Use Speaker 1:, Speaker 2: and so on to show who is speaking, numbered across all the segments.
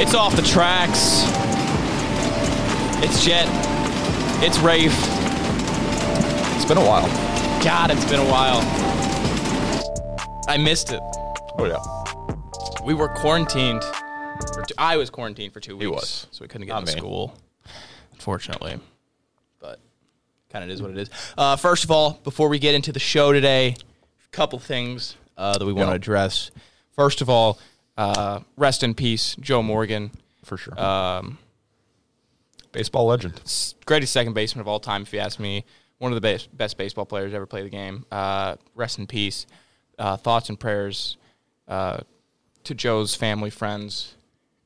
Speaker 1: It's off the tracks. It's Jet. It's Rafe.
Speaker 2: It's been a while.
Speaker 1: God, it's been a while. I missed it.
Speaker 2: Oh yeah.
Speaker 1: We were quarantined. For two, I was quarantined for two weeks.
Speaker 2: was.
Speaker 1: So we couldn't get
Speaker 2: Not
Speaker 1: into
Speaker 2: me.
Speaker 1: school, unfortunately. But kind of is what it is. Uh, first of all, before we get into the show today, a couple things uh, that we want to
Speaker 2: Yeah.
Speaker 1: address. First of all, uh, rest in peace, Joe Morgan.
Speaker 2: For sure.
Speaker 1: Um,
Speaker 2: Baseball legend.
Speaker 1: s- greatest second baseman of all time, if you ask me. One of the best, best baseball players ever play the game. Uh, rest in peace. Uh, thoughts and prayers uh, to Joe's family, friends,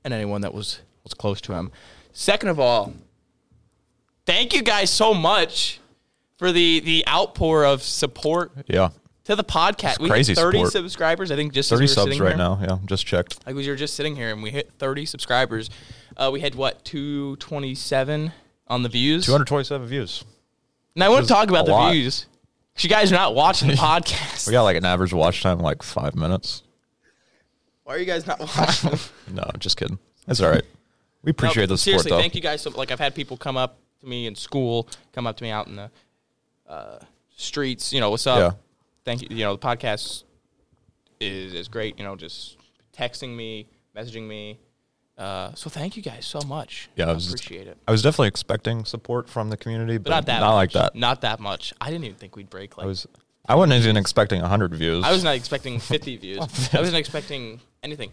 Speaker 1: and anyone that was was close to him. Second of all, thank you guys so much for the the outpour of support
Speaker 2: Yeah.
Speaker 1: to the podcast. We
Speaker 2: crazy
Speaker 1: hit thirty
Speaker 2: support.
Speaker 1: subscribers, I think, just as we
Speaker 2: Thirty
Speaker 1: were
Speaker 2: subs
Speaker 1: sitting
Speaker 2: right
Speaker 1: here.
Speaker 2: now. Yeah. Just checked.
Speaker 1: Like we were just sitting here and we hit thirty subscribers. Uh, we had what two twenty seven on the views.
Speaker 2: Two hundred twenty-seven views.
Speaker 1: And I want to talk about
Speaker 2: a
Speaker 1: the
Speaker 2: lot.
Speaker 1: views. 'Cause You guys are not watching the podcast.
Speaker 2: We got like an average watch time of like five minutes.
Speaker 1: Why are you guys not watching? them?
Speaker 2: No, just kidding. It's all right.
Speaker 1: No,
Speaker 2: We appreciate the support
Speaker 1: seriously,
Speaker 2: though.
Speaker 1: thank you guys. So, like I've had people come up to me in school, come up to me out in the uh, streets. You know, what's up?
Speaker 2: Yeah.
Speaker 1: Thank you. You know, the podcast is is great. You know, just texting me, messaging me. Uh, so thank you guys so much.
Speaker 2: Yeah,
Speaker 1: I
Speaker 2: it was-
Speaker 1: appreciate it.
Speaker 2: I was definitely expecting support from the community, but,
Speaker 1: But not that.
Speaker 2: Not like
Speaker 1: much.
Speaker 2: that.
Speaker 1: Not that much. I didn't even think we'd break. Like
Speaker 2: I was. I wasn't even expecting hundred views.
Speaker 1: I was not expecting 50 views. I wasn't expecting anything.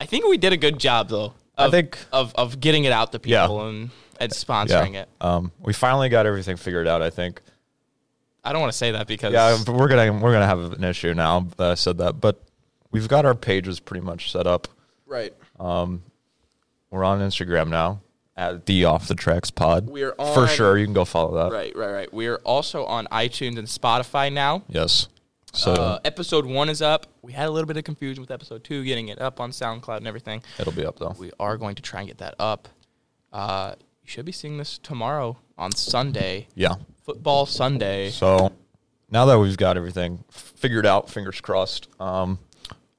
Speaker 1: I think we did a good job though. Of,
Speaker 2: I think-
Speaker 1: of of getting it out to people
Speaker 2: Yeah.
Speaker 1: and and sponsoring it.
Speaker 2: Um, we finally got everything figured out. I think.
Speaker 1: I don't want to say that because
Speaker 2: Yeah, but we're gonna we're gonna have an issue now that I said that, but we've got our pages pretty much set up.
Speaker 1: right.
Speaker 2: We're on Instagram now at the Off the Tracks Pod.
Speaker 1: We are
Speaker 2: for
Speaker 1: on-
Speaker 2: sure. You can go follow that.
Speaker 1: Right, right, right. We're also on iTunes and Spotify now.
Speaker 2: Yes. So
Speaker 1: Uh, episode 1 is up. We had a little bit of confusion with episode 2 getting it up on SoundCloud and everything.
Speaker 2: it'll be up though.
Speaker 1: We are going to try and get that up. Uh, you should be seeing this tomorrow on Sunday.
Speaker 2: Yeah.
Speaker 1: Football Sunday.
Speaker 2: So now that we've got everything figured out, fingers crossed. Um,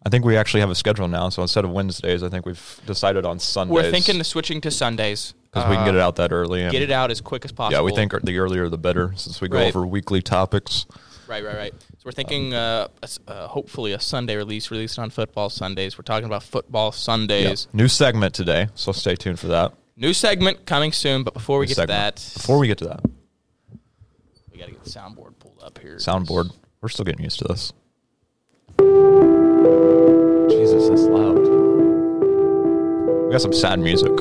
Speaker 2: I think we actually have a schedule now. So instead of Wednesdays, I think we've decided on Sundays.
Speaker 1: We're thinking of switching to Sundays.
Speaker 2: because we can get it out that early. And
Speaker 1: get it out as quick as possible.
Speaker 2: Yeah, we think the earlier the better, since we go
Speaker 1: Right.
Speaker 2: over weekly topics.
Speaker 1: Right, right, right. So we're thinking, uh, a s- uh, hopefully, a Sunday release, released on football Sundays. We're talking about football
Speaker 2: Yeah.
Speaker 1: Sundays.
Speaker 2: New segment today, so stay tuned for that.
Speaker 1: New segment coming soon. But before we
Speaker 2: New
Speaker 1: get
Speaker 2: segment.
Speaker 1: to that,
Speaker 2: Before we get to that,
Speaker 1: we gotta get the soundboard pulled up here.
Speaker 2: soundboard. We're still getting used to this. Jesus, that's loud. We got some sad music.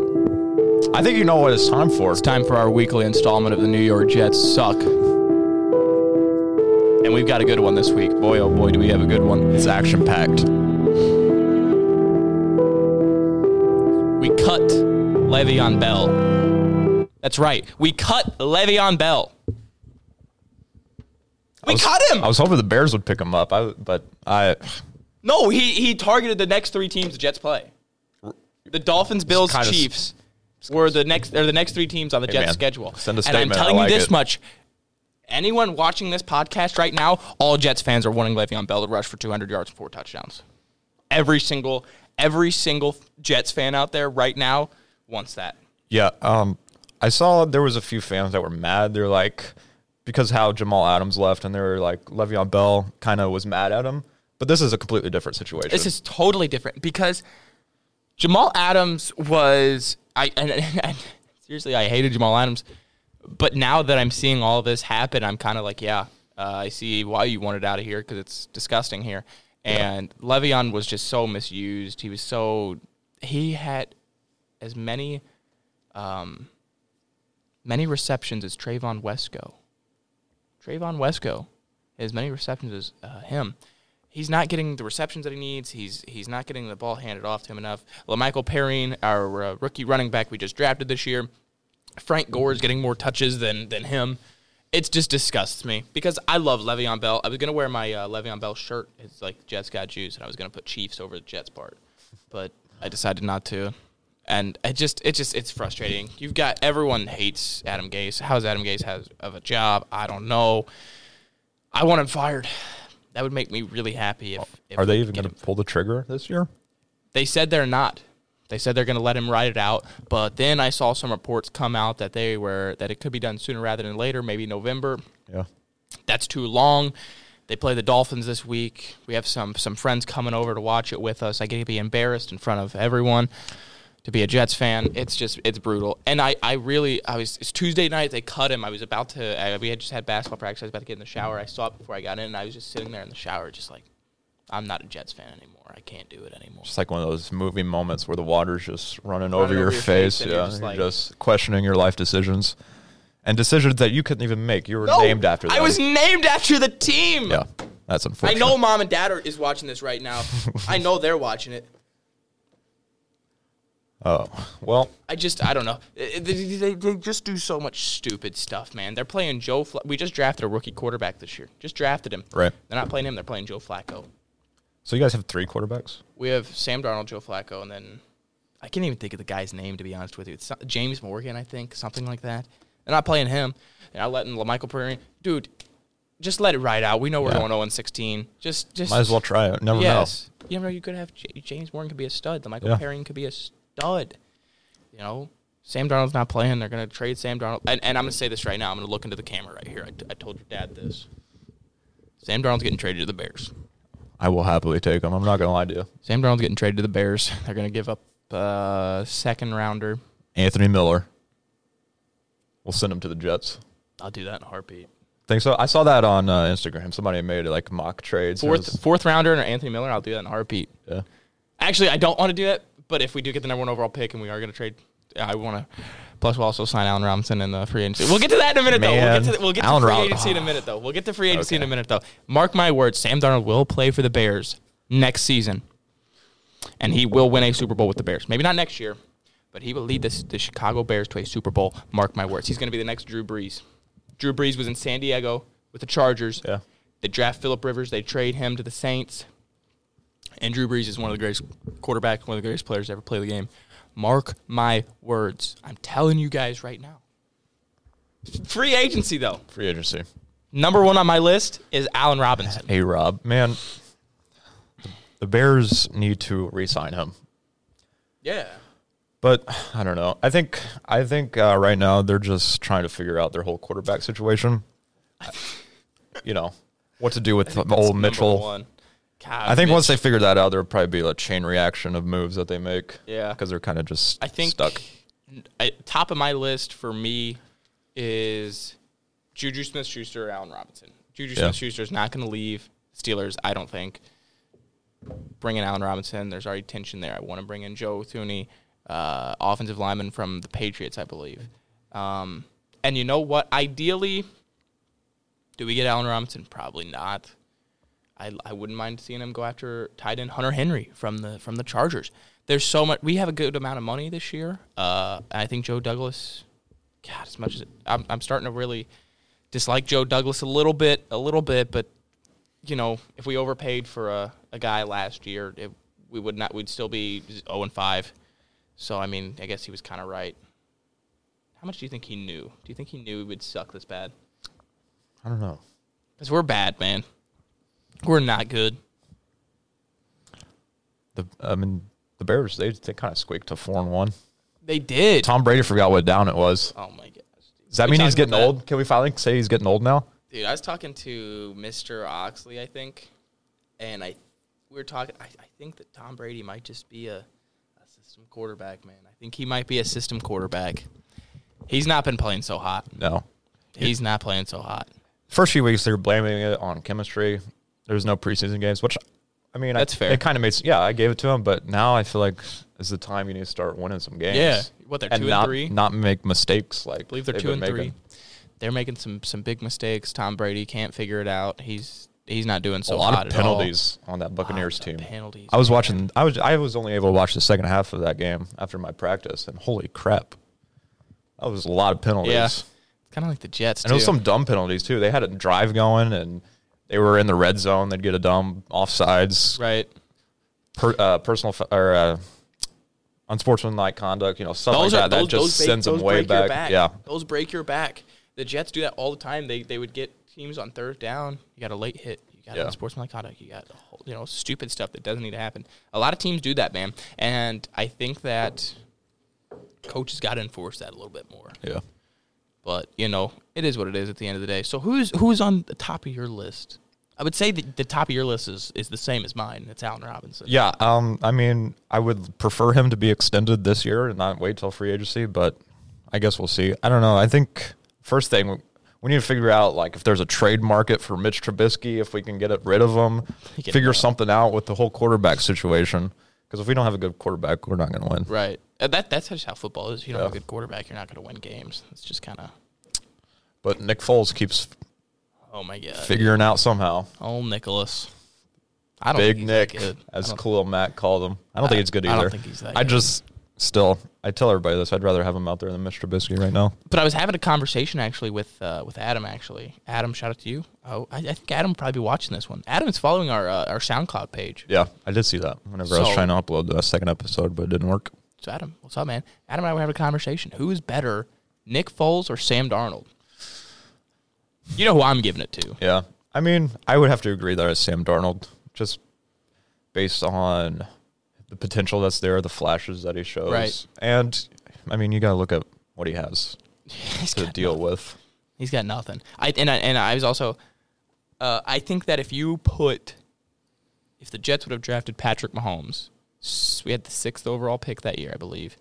Speaker 2: I think you know what it's time for.
Speaker 1: It's time for our weekly installment of the New York Jets suck, and we've got a good one this week. Boy, oh boy, do we have a good one.
Speaker 2: It's action packed.
Speaker 1: We cut Le'Veon Bell. That's right. We cut Le'Veon Bell. We cut him.
Speaker 2: I was hoping the Bears would pick him up, I, but I
Speaker 1: No, he he targeted the next three teams the Jets play. The Dolphins, Bills,
Speaker 2: kinda s-
Speaker 1: Chiefs were the next are the next three teams on the Jets
Speaker 2: man,
Speaker 1: schedule.
Speaker 2: send a
Speaker 1: And I'm
Speaker 2: statement, I
Speaker 1: telling
Speaker 2: like
Speaker 1: you this
Speaker 2: it.
Speaker 1: much. Anyone watching this podcast right now, all Jets fans are wanting Le'Veon Bell to rush for 200 yards and four touchdowns. Every single, every single Jets fan out there right now wants that.
Speaker 2: yeah. Um, I saw there was a few fans that were mad. They're like because how Jamal Adams left, and they were like Le'Veon Bell kind of was mad at him. But this is a completely different situation.
Speaker 1: This is totally different because Jamal Adams was I and, and, and seriously I hated Jamal Adams, but now that I'm seeing all this happen, I'm kind of like, yeah, uh, I see why you wanted out of here because it's disgusting here. And Le'Veon was just so misused. He was so he had as many um, many receptions as Trayvon Wesco. Trayvon Wesco, as many receptions as uh, him. He's not getting the receptions that he needs. He's he's not getting the ball handed off to him enough. Lamichael Perrine, our uh, rookie running back we just drafted this year, Frank Gore is getting more touches than than him. It just disgusts me because I love Le'Veon Bell. I was gonna wear my uh, Le'Veon Bell shirt. It's like Jets got juice, and I was gonna put Chiefs over the Jets part, but I decided not to. And it just it just it's frustrating. You've got everyone hates Adam Gase. How's Adam Gase has of a job? I don't know. I want him fired. That would make me really happy if, if
Speaker 2: Are
Speaker 1: we
Speaker 2: they
Speaker 1: could
Speaker 2: even
Speaker 1: get
Speaker 2: going
Speaker 1: him
Speaker 2: to pull the trigger this year?
Speaker 1: they said they're not. They said they're going to let him ride it out, but then I saw some reports come out that they were that it could be done sooner rather than later, maybe November.
Speaker 2: Yeah.
Speaker 1: That's too long. They play the Dolphins this week. We have some some friends coming over to watch it with us. I get to be embarrassed in front of everyone to be a Jets fan. It's just it's brutal. And I I really I was it's Tuesday night. They cut him. I was about to I, we had just had basketball practice. I was about to get in the shower. I saw it before I got in. and I was just sitting there in the shower, just like I'm not a Jets fan anymore. I can't do it anymore.
Speaker 2: It's like one of those movie moments where the water's just running,
Speaker 1: Running
Speaker 2: over, your, face.
Speaker 1: and
Speaker 2: yeah,
Speaker 1: you're
Speaker 2: you're
Speaker 1: just
Speaker 2: just,
Speaker 1: like-
Speaker 2: questioning your life decisions and decisions that you couldn't even make. You were named after.
Speaker 1: I
Speaker 2: them.
Speaker 1: was named after the team.
Speaker 2: Yeah, that's
Speaker 1: I
Speaker 2: unfortunate.
Speaker 1: know mom and dad are, is watching this right now. I know they're watching it.
Speaker 2: Oh well,
Speaker 1: I just I don't know. Eh, They, they- they, they just do so much stupid stuff, man. They're playing Joe. Fla- we just drafted a rookie quarterback this year. Just drafted him.
Speaker 2: Right.
Speaker 1: They're not playing him. They're playing Joe Flacco.
Speaker 2: so you guys have three quarterbacks.
Speaker 1: We have Sam Darnold, Joe Flacco, and then I can't even think of the guy's name to be honest with you. It's not- James Morgan, I think, something like that. They're not playing him. They're not letting Lamichael Perrine. Dude, just let it ride out. We know we're
Speaker 2: Yeah.
Speaker 1: going 0 16. Just just
Speaker 2: Might as well try it. Never
Speaker 1: Yes. You never know. You could have J- James Warren could be a stud. The Michael
Speaker 2: Yeah.
Speaker 1: Perrin could be a stud. You know, Sam Darnold's not playing. They're going to trade Sam Darnold. And, and I'm going to say this right now. I'm going to look into the camera right here. I, t- I told your dad this. Sam Darnold's getting traded to the Bears.
Speaker 2: know. I will happily take them. I'm not gonna lie to you.
Speaker 1: Sam Darnold's getting traded to the Bears. They're going to give up uh, second rounder.
Speaker 2: Anthony Miller. We'll send him to the Jets.
Speaker 1: I'll do that in a heartbeat.
Speaker 2: Think so? I saw that on uh, Instagram. Somebody made like mock trades. and it
Speaker 1: Fourth
Speaker 2: was-
Speaker 1: fourth rounder and Anthony Miller. I'll do that in a heartbeat.
Speaker 2: yeah.
Speaker 1: Actually, I don't want to do that. But if we do get the number one overall pick and we are going to trade, I want to. Plus, we'll also sign Allen Robinson in the free agency. We'll get to that in a minute, though. We'll
Speaker 2: Man.
Speaker 1: get to, the, we'll get to
Speaker 2: Allen
Speaker 1: free
Speaker 2: Rob-
Speaker 1: agency in a minute, though. We'll get to free agency in a
Speaker 2: Okay.
Speaker 1: minute, though. Mark my words, Sam Darnold will play for the Bears next season, and he will win a Super Bowl with the Bears. Maybe not next year, but he will lead this, the Chicago Bears to a Super Bowl. Mark my words, he's going to be the next Drew Brees. Drew Brees was in San Diego with the Chargers.
Speaker 2: Yeah.
Speaker 1: They draft Philip Rivers. They trade him to the Saints. And Drew Brees is one of the greatest quarterbacks, one of the greatest players to ever play the game. Mark my words. I'm telling you guys right now. Free agency, though.
Speaker 2: Free agency.
Speaker 1: Number one on my list is Allen Robinson.
Speaker 2: A Rob, man, the Bears need to re-sign him.
Speaker 1: Yeah.
Speaker 2: But I don't know. I think I think uh, right now they're just trying to figure out their whole quarterback situation. you know what to do with old Mitchell. I think once they figure that out, there'll probably be a chain reaction of moves that they make.
Speaker 1: Yeah.
Speaker 2: because they're kind of just
Speaker 1: I think
Speaker 2: stuck.
Speaker 1: I, top of my list for me is Juju Smith Schuster or Allen Robinson. Juju
Speaker 2: Yeah.
Speaker 1: Smith Schuster is not going to leave Steelers, I don't think. Bring in Allen Robinson. There's already tension there. I want to bring in Joe Thuney, uh, offensive lineman from the Patriots, I believe. Um, and you know what? Ideally, do we get Allen Robinson? Probably not. I, I wouldn't mind seeing him go after tight end Hunter Henry from the from the Chargers. There's so much. We have a good amount of money this year. Uh, I think Joe Douglas. God, as much as I'm, I'm starting to really dislike Joe Douglas a little bit, a little bit. But you know, if we overpaid for a, a guy last year, it, we would not. We'd still be 0 and 5. So I mean, I guess he was kind of right. How much do you think he knew? Do you think he knew we would suck this bad?
Speaker 2: I don't know.
Speaker 1: Because we're bad, man. We're not good.
Speaker 2: The I mean the Bears they they kind of squeaked to four and one.
Speaker 1: They did.
Speaker 2: Tom Brady forgot what down it was.
Speaker 1: Oh my gosh.
Speaker 2: Does that
Speaker 1: We
Speaker 2: mean he's
Speaker 1: talked
Speaker 2: getting
Speaker 1: about that.
Speaker 2: old? Can we finally say he's getting old now?
Speaker 1: Dude, I was talking to Mr. Oxley, I think, and I we were talking I, I think that Tom Brady might just be a, a system quarterback, man. I think he might be a system quarterback. He's not been playing so hot.
Speaker 2: No.
Speaker 1: He's not playing so hot.
Speaker 2: First few weeks they were blaming it on chemistry. There was no preseason games, which I mean I-
Speaker 1: That's fair.
Speaker 2: It kind of makes yeah I gave it to him, but now I feel like is the time you need to start winning some games.
Speaker 1: Yeah. What, they're two and
Speaker 2: not,
Speaker 1: three?
Speaker 2: Not make mistakes like
Speaker 1: I believe they're
Speaker 2: they've
Speaker 1: two and
Speaker 2: been
Speaker 1: three.
Speaker 2: making.
Speaker 1: They're making some some big mistakes. Tom Brady can't figure it out. He's he's not doing so
Speaker 2: a lot
Speaker 1: hot
Speaker 2: of
Speaker 1: at all.
Speaker 2: penalties on that Buccaneers
Speaker 1: of
Speaker 2: team.
Speaker 1: penalties,
Speaker 2: I was
Speaker 1: man.
Speaker 2: watching. I was I was only able to watch the second half of that game after my practice, and holy crap, that was a lot of penalties.
Speaker 1: Yeah. It's kind of like the Jets
Speaker 2: and it was
Speaker 1: too.
Speaker 2: some dumb penalties too. They had a drive going, and they were in the red zone. They'd get a dumb offsides,
Speaker 1: right.
Speaker 2: per, uh, personal f- or uh, unsportsmanlike conduct. You know, stuff like that. that just
Speaker 1: break-
Speaker 2: sends them
Speaker 1: those
Speaker 2: way
Speaker 1: break your
Speaker 2: back. Yeah,
Speaker 1: those break your back. The Jets do that all the time. They they would get teams on third down. You got a late hit. You got
Speaker 2: Yeah.
Speaker 1: sportsmanlike conduct. You got you know stupid stuff that doesn't need to happen. A lot of teams do that, man, and I think that coaches got to enforce that a little bit more.
Speaker 2: Yeah.
Speaker 1: But you know, it is what it is at the end of the day. So who's who's on the top of your list? I would say that the top of your list is, is the same as mine. It's Allen Robinson.
Speaker 2: Yeah. Um. I mean, I would prefer him to be extended this year and not wait till free agency, but I guess we'll see. I don't know. I think first thing we need to figure out like if there's a trade market for Mitch Trubisky, if we can get it rid of him,
Speaker 1: Get
Speaker 2: figure something out with the whole quarterback situation. Because if we don't have a good quarterback, we're not going to win.
Speaker 1: Right. Uh, That that's just how football is. If you don't have a
Speaker 2: Yeah.
Speaker 1: good quarterback, you're not going to win games. It's just kind of
Speaker 2: But Nick Foles keeps
Speaker 1: oh my god.
Speaker 2: figuring out somehow.
Speaker 1: Oh Nicholas. I don't think
Speaker 2: Big
Speaker 1: he's
Speaker 2: Nick,
Speaker 1: that good. I
Speaker 2: as
Speaker 1: don't-
Speaker 2: Khalil Mack called him. I don't think
Speaker 1: I-
Speaker 2: he's good
Speaker 1: I don't
Speaker 2: either.
Speaker 1: think he's that
Speaker 2: I
Speaker 1: good.
Speaker 2: just still I tell everybody this. I'd rather have him out there than Mitch Trubisky right now.
Speaker 1: but I was having a conversation actually with uh, with Adam actually. Adam, shout out to you. Oh, I, I think Adam will probably be watching this one. Adam is following our uh, our SoundCloud page.
Speaker 2: Yeah, I did see that whenever I was
Speaker 1: So-
Speaker 2: trying to upload the second episode, but it didn't work.
Speaker 1: So Adam, what's up, man? Adam and I were having a conversation. Who is better, Nick Foles or Sam Darnold? You know who I'm giving it to.
Speaker 2: Yeah, I mean, I would have to agree that it's Sam Darnold, just based on the potential that's there, the flashes that he shows,
Speaker 1: Right.
Speaker 2: and I mean, you got to look at what he has
Speaker 1: He's
Speaker 2: to
Speaker 1: got
Speaker 2: deal with.
Speaker 1: He's got nothing. I and I, and I was also, uh, I think that if you put, if the Jets would have drafted Patrick Mahomes, s- we had the sixth overall pick that year, I believe.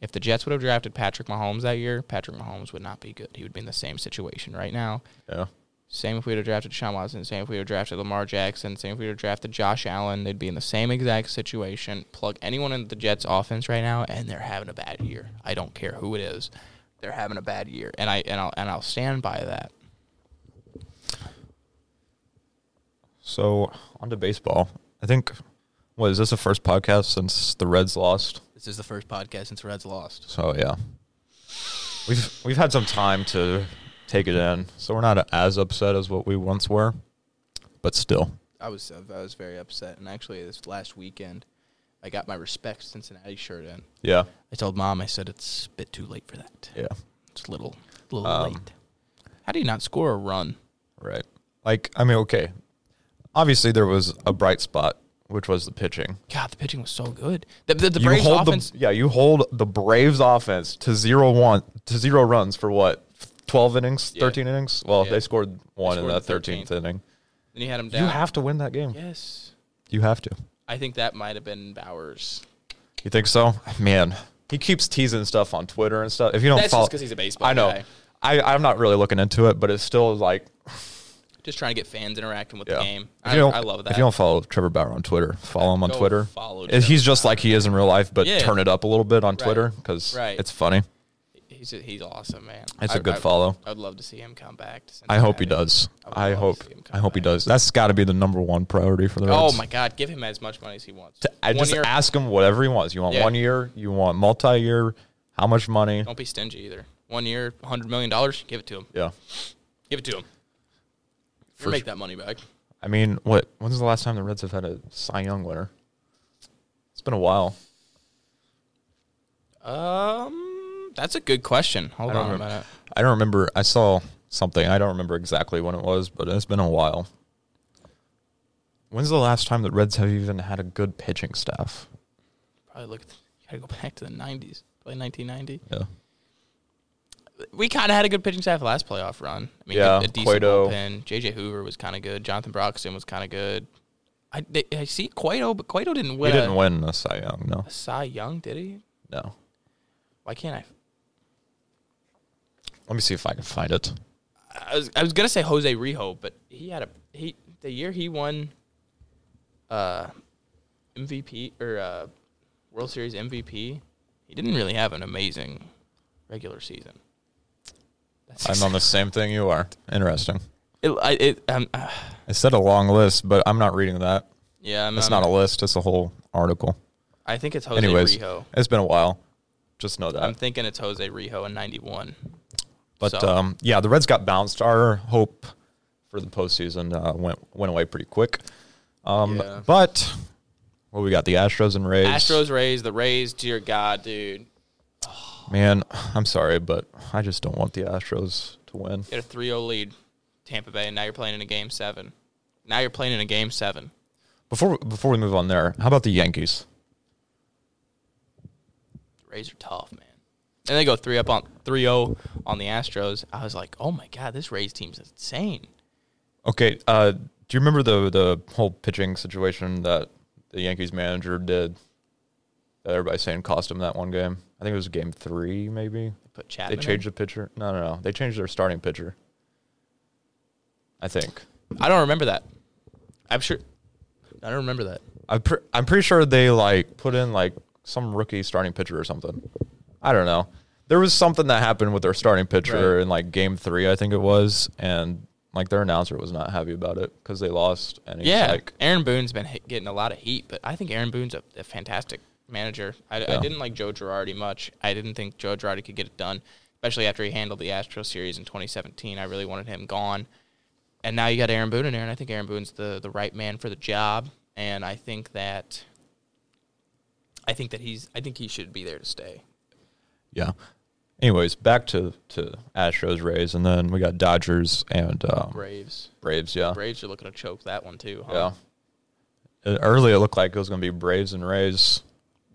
Speaker 1: If the Jets would have drafted Patrick Mahomes that year, Patrick Mahomes would not be good. He would be in the same situation right now.
Speaker 2: Yeah,
Speaker 1: Same if we would have drafted Sean Watson. Same if we would have drafted Lamar Jackson. Same if we would have drafted Josh Allen. They'd be in the same exact situation. Plug anyone into the Jets offense right now, and they're having a bad year. I don't care who it is, they're having a bad year, and I and I'll and I'll stand by that.
Speaker 2: So on to baseball. I think what is this the first podcast since the Reds lost?
Speaker 1: This is the first podcast since Reds lost.
Speaker 2: So yeah, we've we've had some time to take it in, so we're not as upset as what we once were, but still,
Speaker 1: I was I was very upset, and actually this last weekend, I got my respect Cincinnati shirt in.
Speaker 2: yeah,
Speaker 1: I told mom, I said it's a bit too late for that.
Speaker 2: yeah,
Speaker 1: It's a little, a little
Speaker 2: Um,
Speaker 1: late. How do you not score a run?
Speaker 2: right. Like I mean, okay, obviously there was a bright spot, which was the pitching.
Speaker 1: God, the pitching was so good. The, the, the
Speaker 2: you
Speaker 1: Braves
Speaker 2: hold
Speaker 1: offense.
Speaker 2: the yeah, you hold the Braves offense to zero one to zero runs for what twelve innings,
Speaker 1: Yeah.
Speaker 2: thirteen innings. Well,
Speaker 1: Yeah.
Speaker 2: they scored one in
Speaker 1: scored
Speaker 2: that
Speaker 1: the
Speaker 2: thirteenth
Speaker 1: 13th.
Speaker 2: inning.
Speaker 1: Then you had him down.
Speaker 2: You have to win that game.
Speaker 1: Yes.
Speaker 2: You have to.
Speaker 1: I think that might have been Bowers.
Speaker 2: You think so? Man, he keeps teasing stuff on Twitter and stuff. If you don't
Speaker 1: That's just
Speaker 2: follow,
Speaker 1: 'cause he's a baseball
Speaker 2: I know.
Speaker 1: guy.
Speaker 2: I I'm not really looking into it, but it's still like
Speaker 1: Just trying to get fans interacting with
Speaker 2: yeah.
Speaker 1: the game.
Speaker 2: If
Speaker 1: I,
Speaker 2: you don't-
Speaker 1: I love that.
Speaker 2: If you don't follow Trevor Bauer on Twitter, follow him on
Speaker 1: Go
Speaker 2: Twitter.
Speaker 1: follow
Speaker 2: He's
Speaker 1: Trevor
Speaker 2: just like he is in real life, but
Speaker 1: Yeah.
Speaker 2: turn it up a little bit on Twitter because
Speaker 1: Right.
Speaker 2: it's funny.
Speaker 1: he's, he's awesome, man.
Speaker 2: It's a
Speaker 1: I-
Speaker 2: good
Speaker 1: I-
Speaker 2: follow.
Speaker 1: I'd love to see him come back. to
Speaker 2: I hope he
Speaker 1: Cincinnati.
Speaker 2: does.
Speaker 1: I would
Speaker 2: I,
Speaker 1: love to
Speaker 2: hope.
Speaker 1: see him come
Speaker 2: I hope he
Speaker 1: back.
Speaker 2: does. That's got to be the number one priority for the
Speaker 1: Oh
Speaker 2: Reds.
Speaker 1: my God, give him as much money as he wants.
Speaker 2: I
Speaker 1: One
Speaker 2: just
Speaker 1: year-
Speaker 2: ask him whatever he wants. You want
Speaker 1: Yeah.
Speaker 2: one year? You want multi-year? How much money?
Speaker 1: Don't be stingy either. One year, hundred million dollars. Give it to him.
Speaker 2: Yeah.
Speaker 1: Give it to him.
Speaker 2: For
Speaker 1: Or make
Speaker 2: sure.
Speaker 1: that money back.
Speaker 2: I mean, what? When's the last time the Reds have had a Cy Young winner? It's been a while.
Speaker 1: Um, that's a good question. Hold
Speaker 2: I don't
Speaker 1: on a
Speaker 2: remember.
Speaker 1: minute.
Speaker 2: I don't remember. I saw something. I don't remember exactly when it was, but it's been a while. When's the last time the Reds have even had a good pitching staff?
Speaker 1: Probably look. At the, you gotta go back to the nineties. Probably nineteen ninety.
Speaker 2: Yeah.
Speaker 1: we kind of had a good pitching staff last playoff run. I mean,
Speaker 2: Yeah,
Speaker 1: a, a decent
Speaker 2: Cueto.
Speaker 1: bullpen. JJ Hoover was kind of good. Jonathan Broxton was kind of good. I, they, I see Cueto, but Cueto didn't
Speaker 2: He
Speaker 1: win.
Speaker 2: didn't
Speaker 1: a,
Speaker 2: win a Cy Young. No.
Speaker 1: a Cy Young, did he?
Speaker 2: No.
Speaker 1: Why can't I?
Speaker 2: Let me see if I can find it.
Speaker 1: I was I was gonna say Jose Rijo, but he had a he the year he won uh MVP or uh World Series MVP, he didn't really have an amazing regular season. That's
Speaker 2: I'm on the same thing you are. Interesting.
Speaker 1: it, I, it, um, uh,
Speaker 2: I said a long list, but I'm not reading that.
Speaker 1: yeah, I'm,
Speaker 2: It's
Speaker 1: I'm-
Speaker 2: not a list. It's a whole article.
Speaker 1: I think it's Um, Jose
Speaker 2: Anyways,
Speaker 1: Rijo.
Speaker 2: it's been a while. Just know
Speaker 1: I'm
Speaker 2: that.
Speaker 1: thinking it's Jose Rijo in '91.
Speaker 2: But
Speaker 1: so-
Speaker 2: um, yeah, the Reds got bounced. Our hope for the postseason uh, went went away pretty quick. Um,
Speaker 1: Yeah.
Speaker 2: But well, we got the Astros and Rays.
Speaker 1: Astros, Rays, the Rays. Dear God, dude,
Speaker 2: man, I'm sorry, but I just don't want the Astros to win.
Speaker 1: oh get a 3-0 lead, Tampa Bay, and now you're playing in a game seven. Now you're playing in a game seven.
Speaker 2: Before before we move on there, how about the Yankees?
Speaker 1: The Rays are tough, man. And they go three up on 3-0 on the Astros. I was like, oh my god, this Rays team's insane.
Speaker 2: Okay, uh, do you remember the the whole pitching situation that the Yankees manager did? That everybody's saying cost him that one game. I think it was game three, maybe.
Speaker 1: Put Chapman.
Speaker 2: they changed the pitcher. No, no, no. They changed their starting pitcher. I think.
Speaker 1: in? I don't remember that. I'm sure. I don't remember that.
Speaker 2: I'm, pre- I'm pretty sure they like put in like some rookie starting pitcher or something. I don't know. There was something that happened with their starting pitcher
Speaker 1: Right.
Speaker 2: in like game three, I think it was, and like their announcer was not happy about it because they lost. And he's
Speaker 1: Yeah,
Speaker 2: like,
Speaker 1: Aaron Boone's been hit, getting a lot of heat, but I think Aaron Boone's a, a fantastic manager. I, I
Speaker 2: Yeah.
Speaker 1: didn't like Joe Girardi much. I didn't think Joe Girardi could get it done, especially after he handled the Astros series in 2017. I really wanted him gone, and now you got Aaron Boone in there, and I think Aaron Boone's the the right man for the job. And I think that, I think that he's, I think he should be there to stay.
Speaker 2: yeah. Anyways, back to to Astros, Rays, and then we got Dodgers and um,
Speaker 1: Braves,
Speaker 2: Braves. Yeah,
Speaker 1: Braves are looking to choke that one too.
Speaker 2: yeah.
Speaker 1: Huh?
Speaker 2: Uh, Early, it looked like it was going to be Braves and Rays.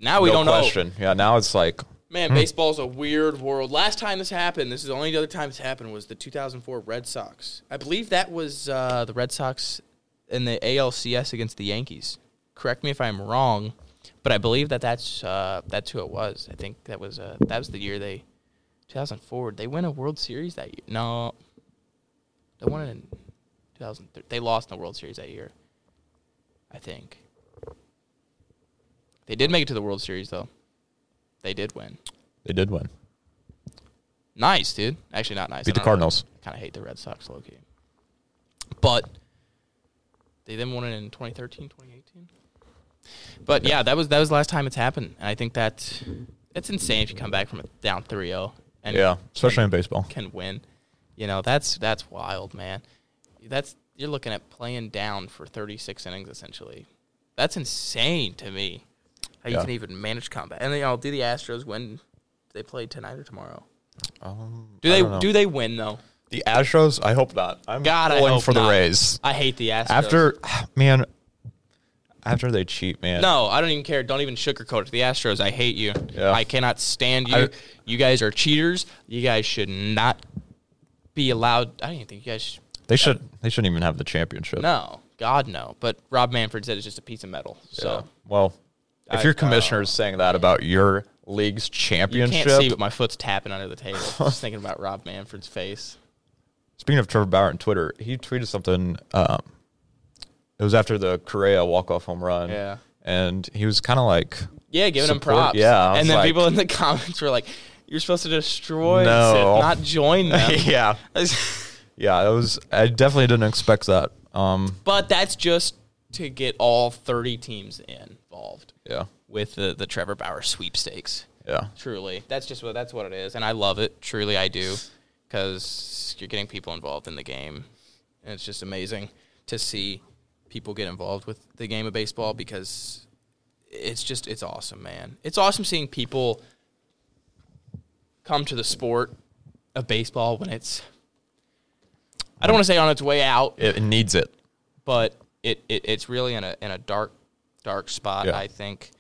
Speaker 1: Now we
Speaker 2: no
Speaker 1: don't know.
Speaker 2: question. Yeah, now it's like
Speaker 1: Man, baseball's a weird world. Last time this happened, this is the only other time this happened was the 2004 Red Sox. I believe that was uh, the Red Sox in the ALCS against the Yankees. Correct me if I'm wrong, but I believe that that's uh, that's who it was. I think that was uh, that was the year they 2004. They win a World Series that year. No, they won it in 2003. They lost in the World Series that year. I think they did make it to the World Series though. They did win.
Speaker 2: they did win.
Speaker 1: Nice, dude. Actually, not nice.
Speaker 2: Beat the Cardinals.
Speaker 1: I kind of hate the Red Sox, low key. But they then won it in 2013, 2018. But yeah, that was that was the last time it's happened, and I think that it's insane if you come back from a down 3-0 and
Speaker 2: Yeah, especially in baseball.
Speaker 1: can win. You know, that's that's wild, man. That's you're looking at playing down for 36 innings essentially. That's insane to me. How you
Speaker 2: Yeah.
Speaker 1: can even manage combat. And you know, do the Astros win? They play tonight or tomorrow.
Speaker 2: Um,
Speaker 1: Do
Speaker 2: I
Speaker 1: they
Speaker 2: don't know.
Speaker 1: do they win though?
Speaker 2: The Astros, I hope not. I'm
Speaker 1: God, I
Speaker 2: pulling
Speaker 1: hope
Speaker 2: for the
Speaker 1: not.
Speaker 2: Rays.
Speaker 1: I hate the Astros.
Speaker 2: After man, after they cheat, man.
Speaker 1: no, I don't even care. Don't even sugarcoat it. The Astros, I hate you.
Speaker 2: Yeah.
Speaker 1: I cannot stand you.
Speaker 2: I-
Speaker 1: you guys are cheaters. You guys should not be allowed. I don't even think you guys. Should,
Speaker 2: they should. They shouldn't even have the championship.
Speaker 1: no, God no. But Rob Manfred said it's just a piece of metal. So
Speaker 2: Yeah. Well,
Speaker 1: I-
Speaker 2: if
Speaker 1: uh,
Speaker 2: your commissioner is saying that about your league's
Speaker 1: you
Speaker 2: championship,
Speaker 1: can't see, but my foot's tapping under the table. just thinking about Rob Manfred's face.
Speaker 2: speaking of Trevor Bauer on Twitter, he tweeted something. Um, it was after the Correa walk-off home run.
Speaker 1: Yeah.
Speaker 2: and he was kind of like,
Speaker 1: Yeah, giving him
Speaker 2: Support-
Speaker 1: props.
Speaker 2: yeah, I was
Speaker 1: and then
Speaker 2: like-
Speaker 1: people in the comments were like, "You're supposed to destroy,
Speaker 2: No.
Speaker 1: Sith, not join them."
Speaker 2: yeah, yeah. It was. I definitely didn't expect that. Um,
Speaker 1: But that's just to get all 30 teams involved
Speaker 2: yeah,
Speaker 1: with the, the Trevor Bauer sweepstakes.
Speaker 2: yeah.
Speaker 1: Truly, that's just what that's what it is, and I love it. Truly, I do, because you're getting people involved in the game, and it's just amazing to see people get involved with the game of baseball because it's just it's awesome, man. It's awesome seeing people come to the sport of baseball when it's I don't want to say on its way out,
Speaker 2: It, it needs it.
Speaker 1: but it, it it's really in a in a dark dark spot
Speaker 2: Yeah.
Speaker 1: I think.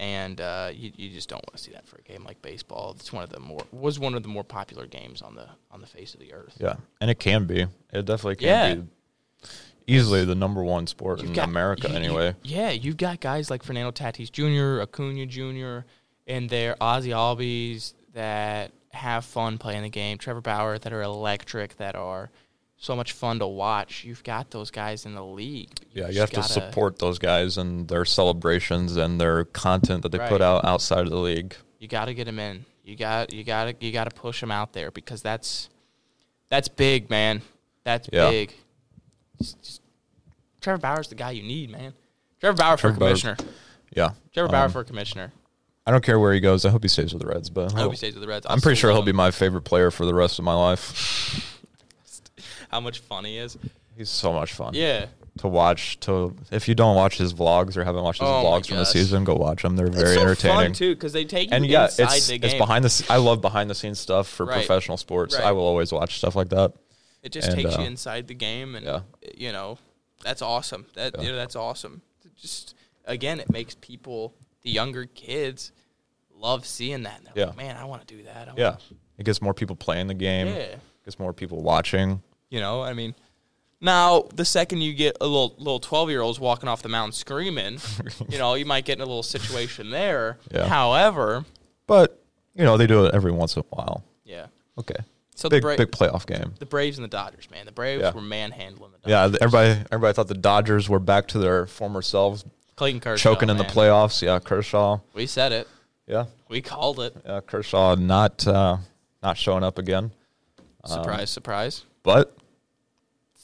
Speaker 1: And uh, you, you just don't want to see that for a game like baseball. It's one of the more was one of the more popular games on the on the face of the earth.
Speaker 2: Yeah, and it can be. It definitely can
Speaker 1: Yeah.
Speaker 2: be easily the number one sport in America.
Speaker 1: you- you-
Speaker 2: anyway,
Speaker 1: yeah, you've got guys like Fernando Tatis Jr., Acuna Jr., and there Ozzy Albies that have fun playing the game. Trevor Bauer that are electric, that are so much fun to watch. You've got those guys in the league.
Speaker 2: yeah,
Speaker 1: just
Speaker 2: you have to
Speaker 1: gotta-
Speaker 2: support those guys and their celebrations and their content that they
Speaker 1: Right.
Speaker 2: put out outside of the league.
Speaker 1: you got to get him in. You got you got to you got to push him out there because that's that's big, man. That's
Speaker 2: Yeah.
Speaker 1: big. Just, just, Trevor Bauer's the guy you need, man. Trevor Bauer for
Speaker 2: Trevor Bauer.
Speaker 1: commissioner.
Speaker 2: Yeah,
Speaker 1: Trevor Bauer
Speaker 2: Um,
Speaker 1: for commissioner.
Speaker 2: I don't care where he goes. I hope he stays with the Reds, but
Speaker 1: I
Speaker 2: I'll-
Speaker 1: hope he stays with the Reds.
Speaker 2: I'm pretty sure he'll be my favorite player for the rest of my life.
Speaker 1: How much fun he is.
Speaker 2: He's so much fun.
Speaker 1: Yeah.
Speaker 2: To watch, to if you don't watch his vlogs or haven't watched his
Speaker 1: Oh my
Speaker 2: vlogs from the
Speaker 1: gosh.
Speaker 2: season, go watch them. They're very
Speaker 1: it's so
Speaker 2: entertaining.
Speaker 1: fun too because they take you
Speaker 2: and yeah,
Speaker 1: inside
Speaker 2: it's
Speaker 1: the game.
Speaker 2: it's behind the. s- I love behind the scenes stuff for
Speaker 1: Right.
Speaker 2: professional sports.
Speaker 1: Right.
Speaker 2: I will always watch stuff like that.
Speaker 1: It just
Speaker 2: and,
Speaker 1: takes
Speaker 2: uh,
Speaker 1: you inside the game, and
Speaker 2: yeah.
Speaker 1: you know That's awesome. That
Speaker 2: Yeah.
Speaker 1: you know, that's awesome. Just again, it makes people, the younger kids, love seeing that. And they're like,
Speaker 2: Yeah.
Speaker 1: man, I want to do that. I
Speaker 2: Yeah,
Speaker 1: wanna-"
Speaker 2: it gets more people playing the game.
Speaker 1: Yeah.
Speaker 2: gets more people watching.
Speaker 1: You know, I mean, now the second you get a little little twelve year olds walking off the mountain screaming, you know, you might get in a little situation there.
Speaker 2: Yeah.
Speaker 1: However,
Speaker 2: But you know they do it every once in a while.
Speaker 1: yeah.
Speaker 2: Okay,
Speaker 1: So the,
Speaker 2: big
Speaker 1: Bra-
Speaker 2: big playoff game.
Speaker 1: the Braves and the Dodgers, man. The Braves
Speaker 2: Yeah.
Speaker 1: were manhandling the Dodgers.
Speaker 2: Yeah, th- everybody everybody thought the Dodgers were back to their former selves,
Speaker 1: Clayton Kershaw
Speaker 2: choking in the
Speaker 1: man.
Speaker 2: playoffs. Yeah, Kershaw.
Speaker 1: We said it.
Speaker 2: Yeah,
Speaker 1: We called it.
Speaker 2: yeah Kershaw not uh, not showing up again, Uh,
Speaker 1: Surprise, surprise.
Speaker 2: but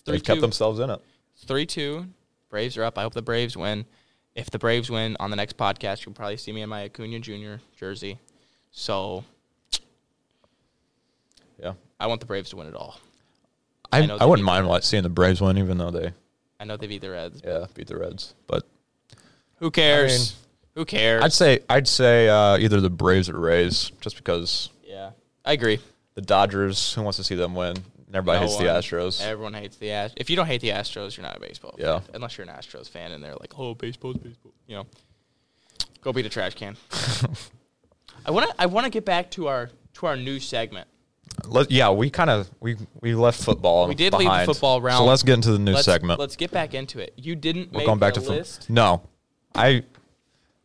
Speaker 1: Three
Speaker 2: they've kept
Speaker 1: two.
Speaker 2: themselves in it.
Speaker 1: three two. Braves are up. I hope the Braves win. If the Braves win on the next podcast, you'll probably see me in my Acuna Jr. jersey. So
Speaker 2: Yeah,
Speaker 1: I want the Braves to win it all.
Speaker 2: I
Speaker 1: know
Speaker 2: I,
Speaker 1: they
Speaker 2: wouldn't
Speaker 1: beat
Speaker 2: mind like, seeing the Braves win, even though they
Speaker 1: I know they beat the Reds.
Speaker 2: yeah beat the Reds. But
Speaker 1: Who cares?
Speaker 2: I mean-
Speaker 1: Who cares?
Speaker 2: I'd say I'd say uh, either the Braves or Rays, just because
Speaker 1: yeah, I agree.
Speaker 2: the Dodgers. Who wants to see them win? And everybody
Speaker 1: No
Speaker 2: hates the
Speaker 1: one-
Speaker 2: Astros.
Speaker 1: Everyone hates the Astros. If you don't hate the Astros, you're not a baseball.
Speaker 2: Yeah.
Speaker 1: fan. Unless you're an Astros fan, and they're like, "Oh, baseball's baseball," you know. Go beat a trash can. I want to. I want to get back to our to our new segment.
Speaker 2: Let, yeah, we kind of we we left football.
Speaker 1: We did leave the
Speaker 2: behind.
Speaker 1: football
Speaker 2: So
Speaker 1: round.
Speaker 2: let's get into the news
Speaker 1: let's,
Speaker 2: segment.
Speaker 1: Let's get back into it. You didn't.
Speaker 2: We're
Speaker 1: make
Speaker 2: going back
Speaker 1: the
Speaker 2: to football.
Speaker 1: list.
Speaker 2: No, I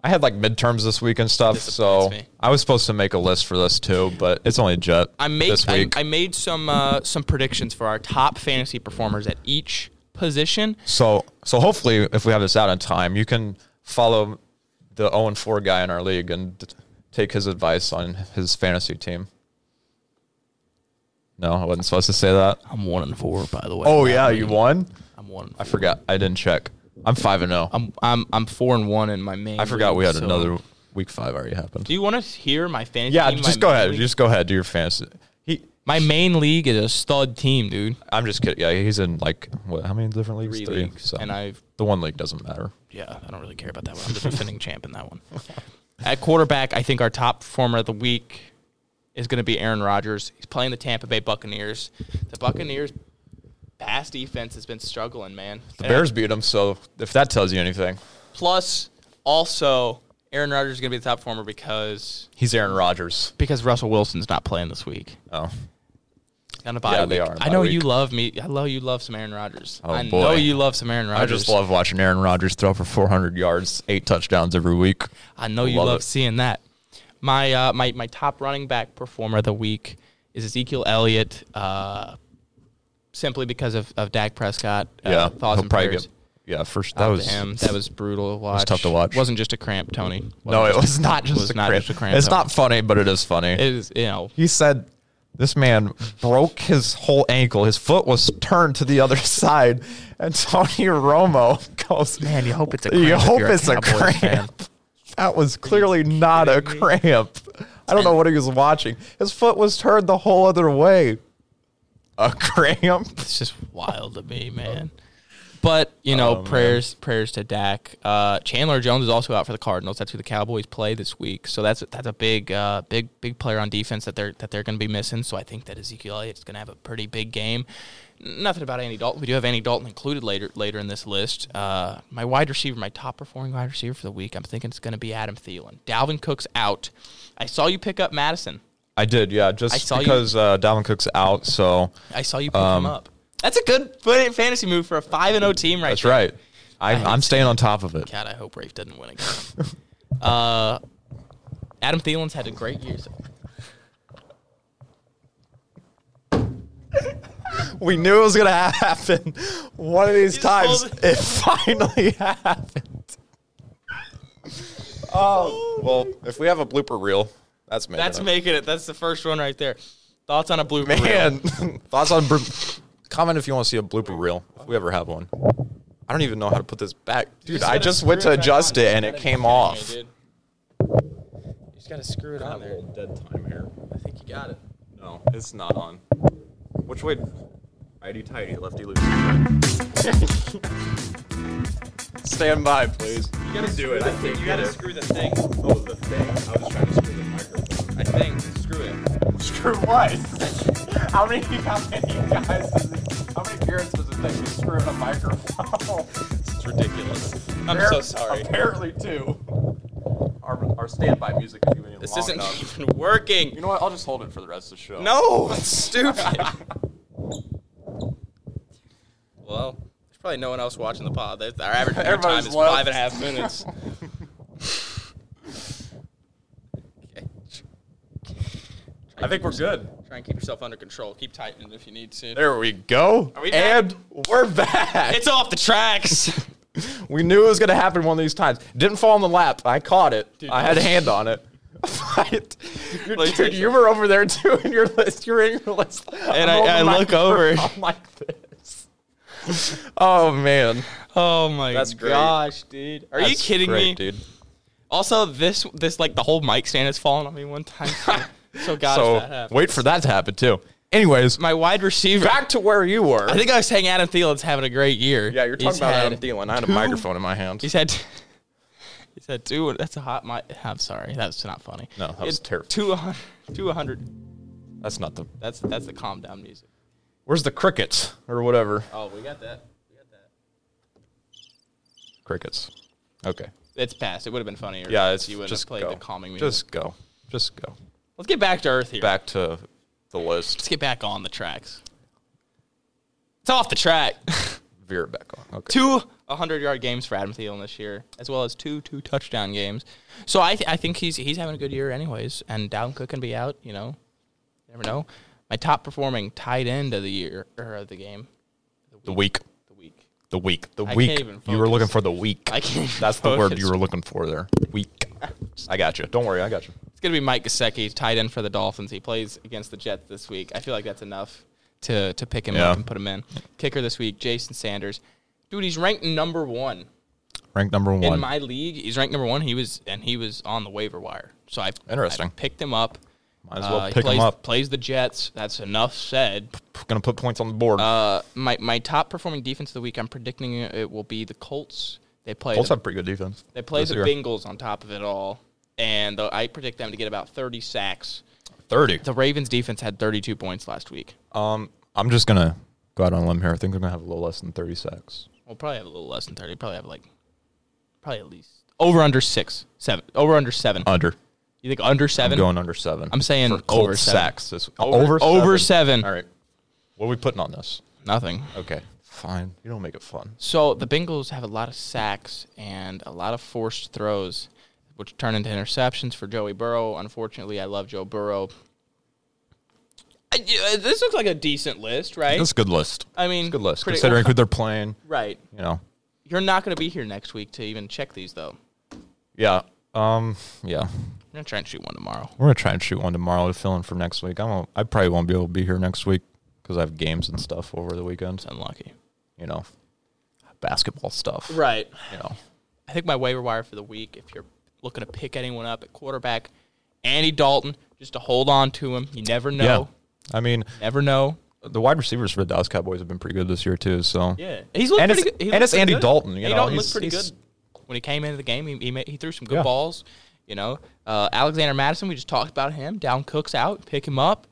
Speaker 2: I had like midterms this week and stuff, so
Speaker 1: Disappoints me.
Speaker 2: I was supposed to make a list for this too, but it's only Jet
Speaker 1: I made
Speaker 2: this
Speaker 1: I,
Speaker 2: week.
Speaker 1: I made some uh, some predictions for our top fantasy performers at each position.
Speaker 2: so so hopefully, if we have this out on time, you can follow the zero and four guy in our league and t- take his advice on his fantasy team. No, I wasn't supposed to say that.
Speaker 1: I'm one and four, by the way.
Speaker 2: Oh yeah, you won.
Speaker 1: I'm one. And
Speaker 2: I
Speaker 1: four.
Speaker 2: forgot. I didn't check. I'm five and zero.
Speaker 1: I'm I'm I'm four and one in my main.
Speaker 2: I forgot we
Speaker 1: league,
Speaker 2: had
Speaker 1: so-
Speaker 2: another week five already happened.
Speaker 1: Do you want to hear my fantasy?
Speaker 2: Yeah,
Speaker 1: team, my
Speaker 2: just go
Speaker 1: main
Speaker 2: ahead.
Speaker 1: league?
Speaker 2: Just go ahead. Do your fantasy. He,
Speaker 1: my main league is a stud team, dude.
Speaker 2: I'm just kidding. Yeah, he's in like what? How many different leagues?
Speaker 1: Three leagues,
Speaker 2: So
Speaker 1: and I've-
Speaker 2: the one league doesn't matter.
Speaker 1: Yeah, I don't really care about that one. I'm the defending champ in that one. At quarterback, I think our top performer of the week is going to be Aaron Rodgers. He's playing the Tampa Bay Buccaneers. The Buccaneers' pass defense has been struggling, man. And
Speaker 2: The
Speaker 1: I-
Speaker 2: Bears beat him. So if that tells you anything,
Speaker 1: Plus, also, Aaron Rodgers is going to be the top performer because
Speaker 2: he's Aaron Rodgers.
Speaker 1: because Russell Wilson's not playing this week.
Speaker 2: Oh,
Speaker 1: On a bye
Speaker 2: Yeah,
Speaker 1: week.
Speaker 2: they are on
Speaker 1: I
Speaker 2: bye
Speaker 1: know
Speaker 2: week.
Speaker 1: you love me. I love you love some Aaron Rodgers.
Speaker 2: Oh,
Speaker 1: I
Speaker 2: boy.
Speaker 1: know you love some Aaron
Speaker 2: I
Speaker 1: Rodgers.
Speaker 2: just love watching Aaron Rodgers throw for 400 yards, eight touchdowns every week.
Speaker 1: I know you
Speaker 2: Love
Speaker 1: love,
Speaker 2: it.
Speaker 1: seeing that. My uh, my my top running back performer of the week is Ezekiel Elliott, uh, simply because of, of Dak Prescott. Uh,
Speaker 2: yeah,
Speaker 1: thoughts
Speaker 2: he'll
Speaker 1: and
Speaker 2: probably
Speaker 1: prayers.
Speaker 2: get- Yeah, first
Speaker 1: out
Speaker 2: that
Speaker 1: to
Speaker 2: was
Speaker 1: him. That was brutal. To watch.
Speaker 2: tough to watch.
Speaker 1: Wasn't just a cramp, Tony.
Speaker 2: No,
Speaker 1: Wasn't just-
Speaker 2: it was not just,
Speaker 1: was
Speaker 2: a,
Speaker 1: not
Speaker 2: cramp.
Speaker 1: just a cramp.
Speaker 2: It's
Speaker 1: Tony.
Speaker 2: not funny, but it is funny.
Speaker 1: It is you know
Speaker 2: he said this man broke his whole ankle. His foot was turned to the other side, and Tony Romo goes,
Speaker 1: Man, you hope it's a
Speaker 2: You
Speaker 1: cramp if
Speaker 2: hope
Speaker 1: you're a
Speaker 2: it's a
Speaker 1: Cowboys fan."
Speaker 2: cramp." That was clearly not a
Speaker 1: kidding me?
Speaker 2: cramp. I don't know what he was watching. His foot was turned the whole other way. A cramp.
Speaker 1: it's just wild to me, man. But you
Speaker 2: Oh,
Speaker 1: know, prayers prayers to Dak. Uh, Chandler Jones is also out for the Cardinals. That's who the Cowboys play this week. So that's that's a big uh, big big player on defense that they're that they're going to be missing. So I think that Ezekiel Elliott's going to have a pretty big game. N- Nothing about Andy Dalton. We do have Andy Dalton included later later in this list. Uh, my wide receiver, my top performing wide receiver for the week, I'm thinking it's going to be Adam Thielen. Dalvin Cook's out. I saw you pick up Madison.
Speaker 2: I did, yeah,
Speaker 1: I
Speaker 2: just
Speaker 1: saw you-
Speaker 2: because uh, Dalvin Cook's out. So
Speaker 1: I saw you pick
Speaker 2: Um,
Speaker 1: him up. That's a good fantasy move for a five and O team, right?
Speaker 2: that's
Speaker 1: there.
Speaker 2: right. I'm, I'm staying on top of it.
Speaker 1: God, I hope Rafe doesn't win again. uh, Adam Thielen's had a great year. so-
Speaker 2: We knew it was gonna happen. One of these
Speaker 1: He's
Speaker 2: times,
Speaker 1: holding-
Speaker 2: it finally happened. Oh well, if we have a blooper reel, that's making
Speaker 1: That's
Speaker 2: it.
Speaker 1: making it. That's the first one right there. Thoughts on a blue man?
Speaker 2: man. thoughts on bloop- comment if you want to see a blooper reel if we ever have one. I don't even know how to put this back, dude. I just went to adjust it and it came off.
Speaker 1: You just gotta screw it on there.
Speaker 2: dead time here.
Speaker 1: I think you got it.
Speaker 2: No, it's not on. Which way? Righty tighty, lefty loosey. Stand by, please.
Speaker 1: You gotta do it. I think you gotta screw the thing.
Speaker 2: Oh, the thing. I was trying to screw the microphone.
Speaker 1: I think. Screw it.
Speaker 2: Screw what? how many? How many guys? Does it, how many beers does it thing is screwing the microphone.
Speaker 1: It's ridiculous. I'm so sorry.
Speaker 2: Apparently, too. Our, our standby music isn't even
Speaker 1: This
Speaker 2: long
Speaker 1: isn't
Speaker 2: enough.
Speaker 1: even working.
Speaker 2: You know what? I'll just hold it for the rest of the show.
Speaker 1: No, it's stupid. well, there's probably no one else watching the pod. There's- Our average viewer time
Speaker 2: Everybody's
Speaker 1: is
Speaker 2: left.
Speaker 1: five and a half minutes. okay.
Speaker 2: I think we're good.
Speaker 1: Try and keep yourself under control. Keep tightening if you need to.
Speaker 2: There we go.
Speaker 1: Are we back?
Speaker 2: and we're back.
Speaker 1: It's off the tracks.
Speaker 2: we knew it was going to happen one of these times. Didn't fall on the lap. I caught it.
Speaker 1: Dude.
Speaker 2: I had a hand on it. But- Dude,
Speaker 1: me tell you
Speaker 2: you were over there doing your list. You were in your list.
Speaker 1: And I- I look over.
Speaker 2: I'm like this. Oh man,
Speaker 1: oh my
Speaker 2: That's great.
Speaker 1: gosh, dude. Are you kidding me?
Speaker 2: dude?
Speaker 1: Also, this this like the whole mic stand has fallen on me one time. too. so god, if that
Speaker 2: So
Speaker 1: happened.
Speaker 2: wait for that to happen too. Anyways,
Speaker 1: my wide receiver.
Speaker 2: back to where you were.
Speaker 1: I think I was saying Adam Thielen's having a great year.
Speaker 2: yeah, you're talking
Speaker 1: He's
Speaker 2: about
Speaker 1: had-
Speaker 2: Adam Thielen. I had a microphone in my hand.
Speaker 1: He's had. He's had two. That's a hot. mic. I'm sorry. That's not funny.
Speaker 2: No, that
Speaker 1: He
Speaker 2: was
Speaker 1: had
Speaker 2: terrible.
Speaker 1: Two hundred. Two hundred.
Speaker 2: That's not the.
Speaker 1: That's that's the calm down music.
Speaker 2: Where's the crickets or whatever?
Speaker 1: Oh, we got that. We got that.
Speaker 2: Crickets. Okay.
Speaker 1: It's passed. It would have been funnier.
Speaker 2: Yeah,
Speaker 1: if
Speaker 2: it's
Speaker 1: you would
Speaker 2: just
Speaker 1: have played
Speaker 2: go.
Speaker 1: the calming music.
Speaker 2: Just go. Just go.
Speaker 1: Let's get back to earth here.
Speaker 2: Back to the list.
Speaker 1: Let's get back on the tracks. It's off the track.
Speaker 2: Veer it back on. Okay.
Speaker 1: two 100 yard games for Adam Thielen this year, as well as two two touchdown games. So I, th- I think he's he's having a good year, anyways. And Dalvin Cook can be out, you know. Never know. My top performing tight end of the year or of the game,
Speaker 2: The week.
Speaker 1: the week.
Speaker 2: The week. The
Speaker 1: I
Speaker 2: week.
Speaker 1: can't even
Speaker 2: You were
Speaker 1: focus.
Speaker 2: looking for the week.
Speaker 1: I can't. even
Speaker 2: That's the word
Speaker 1: focus.
Speaker 2: you were looking for there. Week. I got you. Don't worry. I got you.
Speaker 1: It's gonna be Mike Gesicki, tight end for the Dolphins. He plays against the Jets this week. I feel like that's enough to to pick him
Speaker 2: Yeah.
Speaker 1: up and put him in. Kicker this week, Jason Sanders. Dude, he's ranked number one.
Speaker 2: Ranked number one.
Speaker 1: in my league. He's ranked number one. He was and he was on the waiver wire. So I
Speaker 2: Interesting.
Speaker 1: I picked him up. Uh,
Speaker 2: Might as well
Speaker 1: he
Speaker 2: pick him
Speaker 1: plays,
Speaker 2: up.
Speaker 1: Plays the Jets. That's enough said.
Speaker 2: Gonna put points on the board.
Speaker 1: Uh, my my top performing defense of the week. I'm predicting it will be the Colts. They play
Speaker 2: Colts
Speaker 1: the,
Speaker 2: have pretty good defense.
Speaker 1: they play
Speaker 2: this
Speaker 1: the
Speaker 2: year.
Speaker 1: Bengals on top of it all, and the, I predict them to get about 30 sacks.
Speaker 2: Thirty.
Speaker 1: The Ravens defense had 32 points last week.
Speaker 2: Um, I'm just gonna go out on a limb here. I think they're gonna have a little less than thirty sacks.
Speaker 1: We'll probably have a little less than 30. Probably have like probably at least over under six seven over under seven.
Speaker 2: Under.
Speaker 1: you think under seven?
Speaker 2: Uh, I'm going under seven.
Speaker 1: I'm saying
Speaker 2: for Colts
Speaker 1: over seven.
Speaker 2: sacks. This,
Speaker 1: Over-
Speaker 2: over seven.
Speaker 1: over seven.
Speaker 2: All right. What are we putting on this?
Speaker 1: Nothing.
Speaker 2: Okay. Fine. You don't make it fun.
Speaker 1: So the Bengals have a lot of sacks and a lot of forced throws, which turn into interceptions for Joey Burrow. Unfortunately, I love Joe Burrow. I- yeah, this looks like a decent list, right?
Speaker 2: That's a good list.
Speaker 1: I mean,
Speaker 2: It's a good list.
Speaker 1: pretty-
Speaker 2: Considering who they're playing,
Speaker 1: right.
Speaker 2: you know.
Speaker 1: You're not going to be here next week to even check these, though.
Speaker 2: Yeah. Um. Yeah.
Speaker 1: I'm going to try and shoot one tomorrow.
Speaker 2: We're gonna try and shoot one tomorrow to fill in for next week. I won't. I probably won't be able to be here next week because I have games and stuff over the weekend.
Speaker 1: It's unlucky.
Speaker 2: You know, basketball stuff.
Speaker 1: Right.
Speaker 2: You know.
Speaker 1: I think my waiver wire for the week, if you're looking to pick anyone up at quarterback, Andy Dalton, just to hold on to him. You never know.
Speaker 2: Yeah. I mean,
Speaker 1: Never know.
Speaker 2: the wide receivers for the Dallas Cowboys have been pretty good this year too. So
Speaker 1: Yeah, he's looked
Speaker 2: And
Speaker 1: pretty
Speaker 2: it's-
Speaker 1: good. He
Speaker 2: and
Speaker 1: looked
Speaker 2: it's
Speaker 1: pretty
Speaker 2: Andy
Speaker 1: good.
Speaker 2: Dalton, you
Speaker 1: Andy
Speaker 2: know,
Speaker 1: Dalton
Speaker 2: he's-
Speaker 1: looked pretty
Speaker 2: he's-
Speaker 1: good when he came into the game. He he, ma- he threw some good
Speaker 2: Yeah.
Speaker 1: balls. You know, uh, Alexander Madison. We just talked about him. Down Cook's out. Pick him up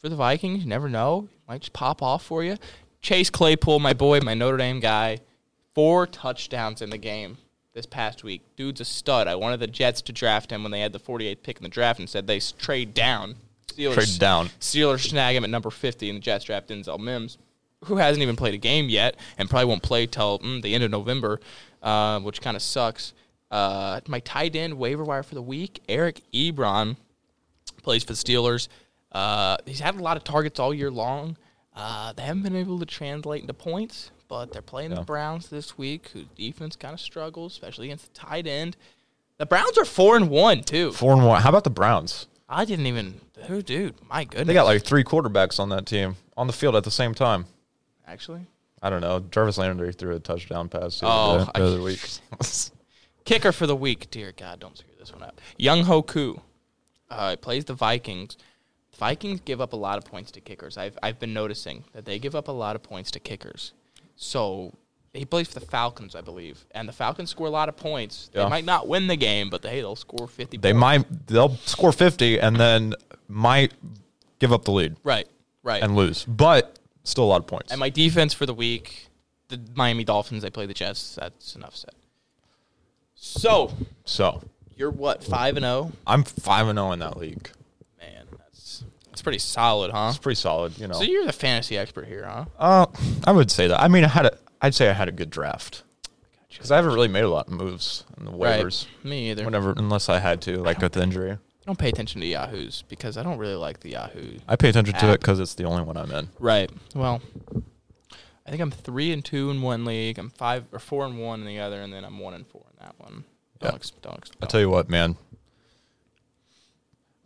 Speaker 1: for the Vikings. You never know. He might just pop off for you. Chase Claypool, my boy, my Notre Dame guy, four touchdowns in the game this past week. Dude's a stud. I wanted the Jets to draft him when they had the 48th pick in the draft, and said they s- trade down. Steelers
Speaker 2: Trade down.
Speaker 1: Steelers snag him at number 50 in the Jets draft Denzel Mims, who hasn't even played a game yet and probably won't play till mm, the end of November, uh, which kind of sucks. Uh, my tight end waiver wire for the week, Eric Ebron, plays for the Steelers. Uh, he's had a lot of targets all year long. Uh, they haven't been able to translate into points, but they're playing the
Speaker 2: Yeah.
Speaker 1: Browns this week, whose defense kind of struggles, especially against the tight end. The Browns are four and one too.
Speaker 2: four and one. How about the Browns?
Speaker 1: I didn't even. Who, dude? My goodness.
Speaker 2: They got like three quarterbacks on that team on the field at the same time.
Speaker 1: actually
Speaker 2: I don't know. Jarvis Landry threw a touchdown pass the
Speaker 1: Oh,
Speaker 2: other, day- the
Speaker 1: I-
Speaker 2: other week.
Speaker 1: Kicker for the week, dear God, don't screw this one up. Young Hoku, uh, plays the Vikings. Vikings give up a lot of points to kickers. I've I've been noticing that they give up a lot of points to kickers. So he plays for the Falcons, I believe, and the Falcons score a lot of points. They
Speaker 2: Yeah.
Speaker 1: might not win the game, but hey, they'll score fifty.
Speaker 2: they
Speaker 1: points.
Speaker 2: might. They'll score fifty and then might give up the lead
Speaker 1: Right, right.
Speaker 2: and lose. But Still a lot of points.
Speaker 1: And my defense for the week, the Miami Dolphins. They play the Jets. That's enough said. So
Speaker 2: So
Speaker 1: you're what five and zero,
Speaker 2: I'm five and zero in that league.
Speaker 1: man. That's that's pretty solid, huh?
Speaker 2: It's pretty solid, you know.
Speaker 1: So you're the fantasy expert here, huh?
Speaker 2: uh, I would say that. I mean, I had a. I'd say I had a good draft because I haven't really made a lot of moves in the waivers.
Speaker 1: Me either.
Speaker 2: Whenever, unless I had to, like with the injury,
Speaker 1: I don't pay attention to Yahoo's because I don't really like the Yahoo.
Speaker 2: I pay attention to it
Speaker 1: App.
Speaker 2: because it's the only one I'm in.
Speaker 1: Right. Well, I think I'm three and two in one league. I'm five or four and one in the other, and then I'm one and four in that one. Don't
Speaker 2: Yeah.
Speaker 1: ex- don't ex-
Speaker 2: I'll
Speaker 1: don't-
Speaker 2: tell you what, man.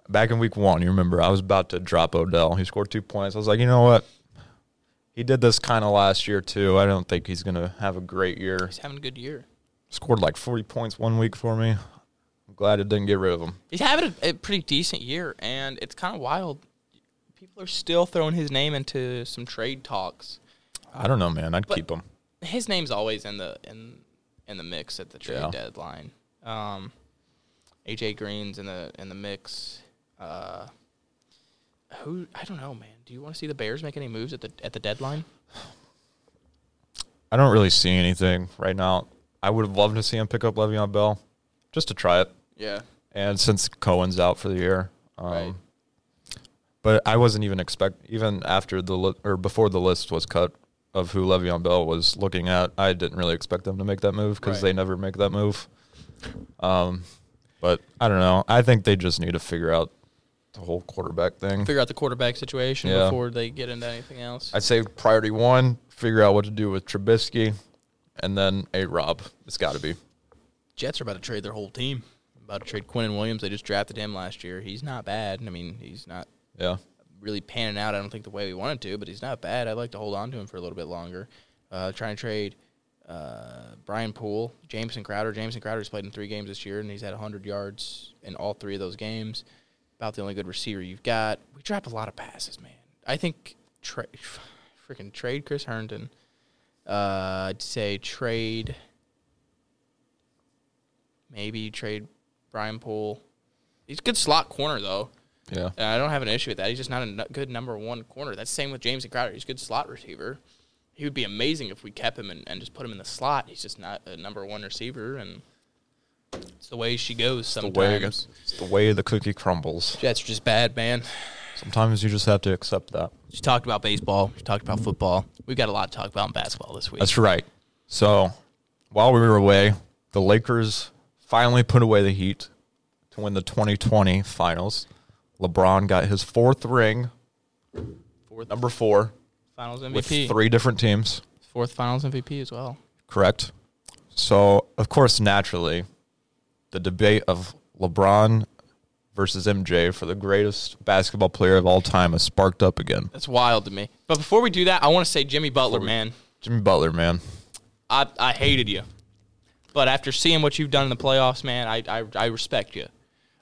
Speaker 2: Back in week one, you remember I was about to drop Odell. He scored two points. I was like, you know what? He did this kind of last year too. I don't think he's gonna have a great year.
Speaker 1: He's having a good year.
Speaker 2: Scored like forty points one week for me. I'm glad it didn't get rid of him.
Speaker 1: He's having a, a pretty decent year, and it's kind of wild. People are still throwing his name into some trade talks.
Speaker 2: I don't know, man. I'd
Speaker 1: But-
Speaker 2: keep him.
Speaker 1: His name's always in the in in the mix at the trade
Speaker 2: Yeah.
Speaker 1: deadline. Um, AJ Green's in the in the mix. Uh, who I don't know, man. Do you want to see the Bears make any moves at the at the deadline?
Speaker 2: I don't really see anything right now. I would have loved to see him pick up Le'Veon Bell, just to try it.
Speaker 1: Yeah.
Speaker 2: And since Cohen's out for the year, um,
Speaker 1: Right.
Speaker 2: but I wasn't even expect even after the li- or before the list was cut of who Le'Veon Bell was looking at. I didn't really expect them to make that move because
Speaker 1: Right.
Speaker 2: they never make that move. Um, but I don't know. I think they just need to figure out the whole quarterback thing.
Speaker 1: Figure out the quarterback situation
Speaker 2: Yeah.
Speaker 1: before they get into anything else.
Speaker 2: I'd say priority one: figure out what to do with Trubisky, and then a Rob. It's got to be.
Speaker 1: Jets are about to trade their whole team. About to trade Quinn and Williams. They just drafted him last year. He's not bad. I mean, he's not
Speaker 2: Yeah.
Speaker 1: really panning out. I don't think the way we wanted to, but he's not bad. I'd like to hold on to him for a little bit longer. Uh, trying to trade uh, Brian Poole, Jameson Crowder. Jameson Crowder's played in three games this year, and he's had 100 yards in all three of those games. About the only good receiver you've got. We drop a lot of passes, man. I think tra- freaking trade Chris Herndon. Uh, I'd say trade. Maybe trade Brian Poole. He's a good slot corner though.
Speaker 2: Yeah.
Speaker 1: And Uh, I don't have an issue with that. He's just not a n- good number one corner. That's same with Jameson Crowder. He's a good slot receiver. He would be amazing if we kept him and, and just put him in the slot. He's just not a number one receiver, and it's the way she goes
Speaker 2: The way
Speaker 1: sometimes.
Speaker 2: it's the way the cookie crumbles.
Speaker 1: Jets are just bad, man.
Speaker 2: Sometimes you just have to accept that.
Speaker 1: She talked about baseball. She talked about football. We've got a lot to talk about in basketball this week.
Speaker 2: That's right. So while we were away, the Lakers finally put away the Heat to win the 2020 finals. LeBron got his fourth ring,
Speaker 1: Fourth
Speaker 2: number four,
Speaker 1: finals
Speaker 2: with
Speaker 1: MVP.
Speaker 2: three different teams.
Speaker 1: Fourth finals MVP as well.
Speaker 2: Correct. So, of course, naturally, the debate of LeBron versus MJ for the greatest basketball player of all time has sparked up again.
Speaker 1: That's wild to me. But before we do that, I want to say Jimmy Butler, man.
Speaker 2: Jimmy Butler, man.
Speaker 1: I, I hated you. But after seeing what you've done in the playoffs, man, I I, I respect you.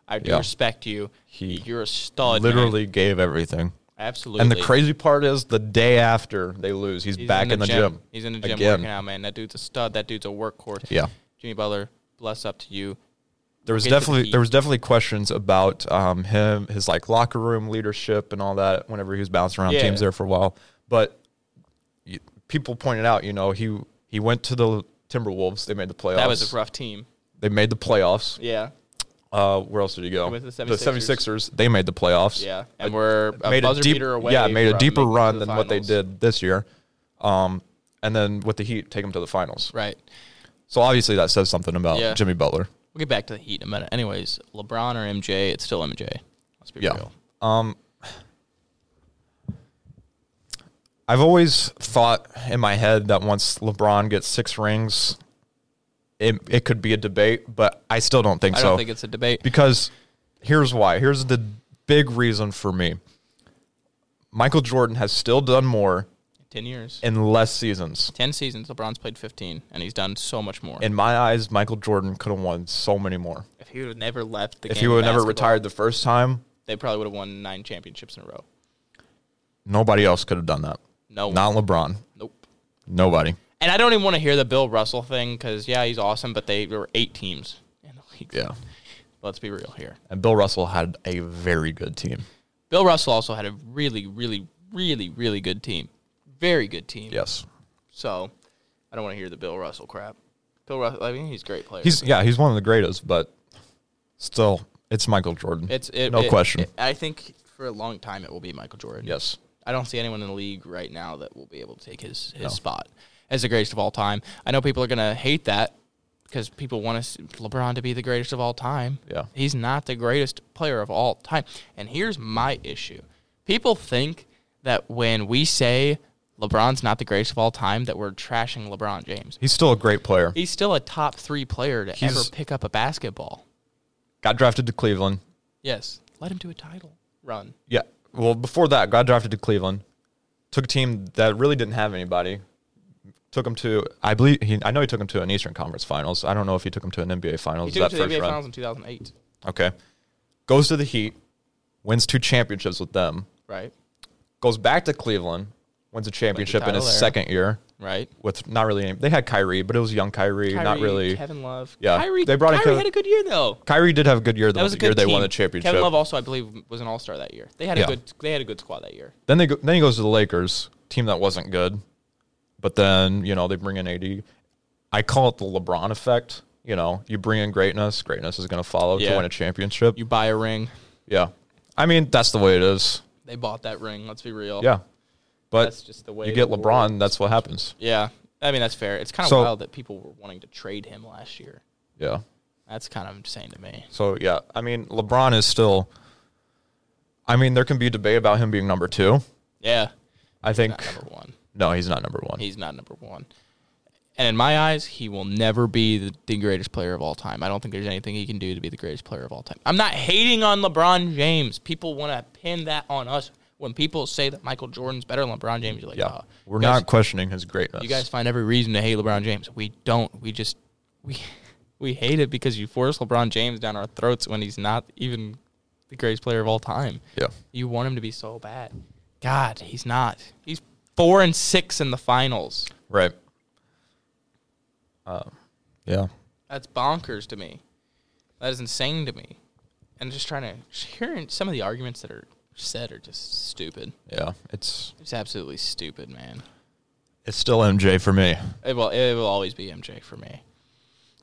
Speaker 1: I do
Speaker 2: Yeah.
Speaker 1: respect you.
Speaker 2: He
Speaker 1: You're a stud. man.
Speaker 2: Literally gave everything.
Speaker 1: Absolutely.
Speaker 2: And the crazy part is the day after they lose, he's,
Speaker 1: He's
Speaker 2: back in the, gym.
Speaker 1: He's in the gym
Speaker 2: Again.
Speaker 1: working out, man. That dude's a stud. That dude's a workhorse.
Speaker 2: Yeah.
Speaker 1: Jimmy Butler, bless up to you.
Speaker 2: There was
Speaker 1: We'll get to the
Speaker 2: definitely
Speaker 1: Heat.
Speaker 2: there was definitely questions about um, him, his like locker room leadership and all that. Whenever he was bouncing around
Speaker 1: Yeah.
Speaker 2: teams there for a while, but y- people pointed out, you know, he he went to the Timberwolves. They made the playoffs.
Speaker 1: That was a rough team.
Speaker 2: they made the playoffs.
Speaker 1: Yeah.
Speaker 2: Uh, where else did he go?
Speaker 1: He went to the
Speaker 2: The
Speaker 1: 76ers.
Speaker 2: 76ers. They made the playoffs.
Speaker 1: Yeah. And we're a
Speaker 2: made a
Speaker 1: buzzer
Speaker 2: deep,
Speaker 1: beater away.
Speaker 2: yeah, made a
Speaker 1: from
Speaker 2: deeper
Speaker 1: making it to
Speaker 2: run
Speaker 1: the
Speaker 2: than what they
Speaker 1: finals.
Speaker 2: did this year. Um, and then with the Heat, take him to the finals.
Speaker 1: Right.
Speaker 2: So obviously that says something about
Speaker 1: Yeah.
Speaker 2: Jimmy Butler.
Speaker 1: We'll get back to the Heat in a minute. Anyways, LeBron or MJ, it's still MJ. Let's be
Speaker 2: Yeah.
Speaker 1: real.
Speaker 2: Um, I've always thought in my head that once LeBron gets six rings, it it could be a debate, but I still don't think
Speaker 1: I
Speaker 2: so.
Speaker 1: don't think it's a debate.
Speaker 2: because here's why. Here's the big reason for me. Michael Jordan has still done more
Speaker 1: Ten years.
Speaker 2: in less seasons.
Speaker 1: 10 seasons, LeBron's played 15, and he's done so much more.
Speaker 2: In my eyes, Michael Jordan could have won so many more.
Speaker 1: if he would have never left the
Speaker 2: If
Speaker 1: game,
Speaker 2: he
Speaker 1: of
Speaker 2: would have never
Speaker 1: basketball,
Speaker 2: retired the first time,
Speaker 1: they probably would have won nine championships in a row.
Speaker 2: nobody else could have done that.
Speaker 1: No one.
Speaker 2: Not LeBron.
Speaker 1: Nope.
Speaker 2: Nobody.
Speaker 1: And I don't even want to hear the Bill Russell thing because, yeah, he's awesome, but they, there were eight teams in the league.
Speaker 2: Yeah.
Speaker 1: Let's be real here.
Speaker 2: And Bill Russell had a very good team.
Speaker 1: Bill Russell also had a really, really, really, really good team. very good team.
Speaker 2: Yes.
Speaker 1: So I don't want to hear the Bill Russell crap. Bill Russell, I mean, he's a great player.
Speaker 2: He's yeah, he's one of the greatest, but still, it's Michael Jordan.
Speaker 1: it's it,
Speaker 2: no
Speaker 1: it-
Speaker 2: question.
Speaker 1: it- I think for a long time it will be Michael Jordan.
Speaker 2: yes.
Speaker 1: I don't see anyone in the league right now that will be able to take his his
Speaker 2: No.
Speaker 1: spot as the greatest of all time. I know people are gonna hate that because people want to LeBron to be the greatest of all time.
Speaker 2: Yeah.
Speaker 1: he's not the greatest player of all time. And here's my issue: people think that when we say LeBron's not the greatest of all time, that we're trashing LeBron James.
Speaker 2: He's still a great player.
Speaker 1: He's still a top three player to ever
Speaker 2: He's-
Speaker 1: pick up a basketball.
Speaker 2: Got drafted to Cleveland.
Speaker 1: Yes, let him do a title run.
Speaker 2: Yeah. Well, before that, got drafted to Cleveland. Took a team that really didn't have anybody. Took him to I believe he I know he took him to an Eastern Conference Finals. I don't know if he took him to an NBA Finals.
Speaker 1: He took him to
Speaker 2: that
Speaker 1: the
Speaker 2: first
Speaker 1: NBA
Speaker 2: run.
Speaker 1: Finals in 2008,
Speaker 2: Okay. Goes to the Heat, wins two championships with them.
Speaker 1: right?
Speaker 2: Goes back to Cleveland, wins a championship in
Speaker 1: title
Speaker 2: his
Speaker 1: there.
Speaker 2: second year
Speaker 1: Right.
Speaker 2: with not really any, they had Kyrie, but it was young Kyrie, not
Speaker 1: Kyrie,
Speaker 2: really.
Speaker 1: Kevin Love.
Speaker 2: Yeah,
Speaker 1: Kyrie.
Speaker 2: they brought in
Speaker 1: Kyrie
Speaker 2: Kevin-
Speaker 1: had a good year though.
Speaker 2: Kyrie did have a good year.
Speaker 1: That was a
Speaker 2: year
Speaker 1: good
Speaker 2: they won
Speaker 1: team.
Speaker 2: the championship.
Speaker 1: Kevin Love also, I believe, was an All Star that year. They had a
Speaker 2: Yeah.
Speaker 1: good. They had a good squad that year.
Speaker 2: Then they go, then he goes to the Lakers, team that wasn't good, but then you know they bring in AD. I call it the LeBron effect. You know, you bring in greatness, greatness is going to follow
Speaker 1: Yeah.
Speaker 2: to win a championship.
Speaker 1: You buy a ring.
Speaker 2: yeah, I mean that's the way it is.
Speaker 1: They bought that ring. Let's be real.
Speaker 2: Yeah, but
Speaker 1: That's just the way
Speaker 2: you get
Speaker 1: the
Speaker 2: LeBron.
Speaker 1: world-
Speaker 2: That's what happens.
Speaker 1: Yeah. I mean that's fair. It's kind of
Speaker 2: So-
Speaker 1: wild that people were wanting to trade him last year.
Speaker 2: Yeah.
Speaker 1: That's kind of insane to me.
Speaker 2: So yeah, I mean LeBron is still. I mean, there can be debate about him being number two.
Speaker 1: Yeah.
Speaker 2: I think
Speaker 1: Not number one.
Speaker 2: no, he's not number one.
Speaker 1: He's not number one. And in my eyes, he will never be the, the greatest player of all time. I don't think there's anything he can do to be the greatest player of all time. I'm not hating on LeBron James. People want to pin that on us. When people say that Michael Jordan's better than LeBron James, you're like,
Speaker 2: yeah,
Speaker 1: oh,
Speaker 2: we're
Speaker 1: you guys-
Speaker 2: not questioning his greatness.
Speaker 1: You guys find every reason to hate LeBron James. We don't. We just we we hate it because you force LeBron James down our throats when he's not even the greatest player of all time.
Speaker 2: yeah,
Speaker 1: You want him to be so bad. God, he's not. He's four and six in the finals.
Speaker 2: right. Uh, yeah.
Speaker 1: That's bonkers to me. That is insane to me. And just trying to just hearing some of the arguments that are said are just stupid.
Speaker 2: Yeah, it's
Speaker 1: It's absolutely stupid, man.
Speaker 2: it's still MJ for me.
Speaker 1: It will it will always be MJ for me.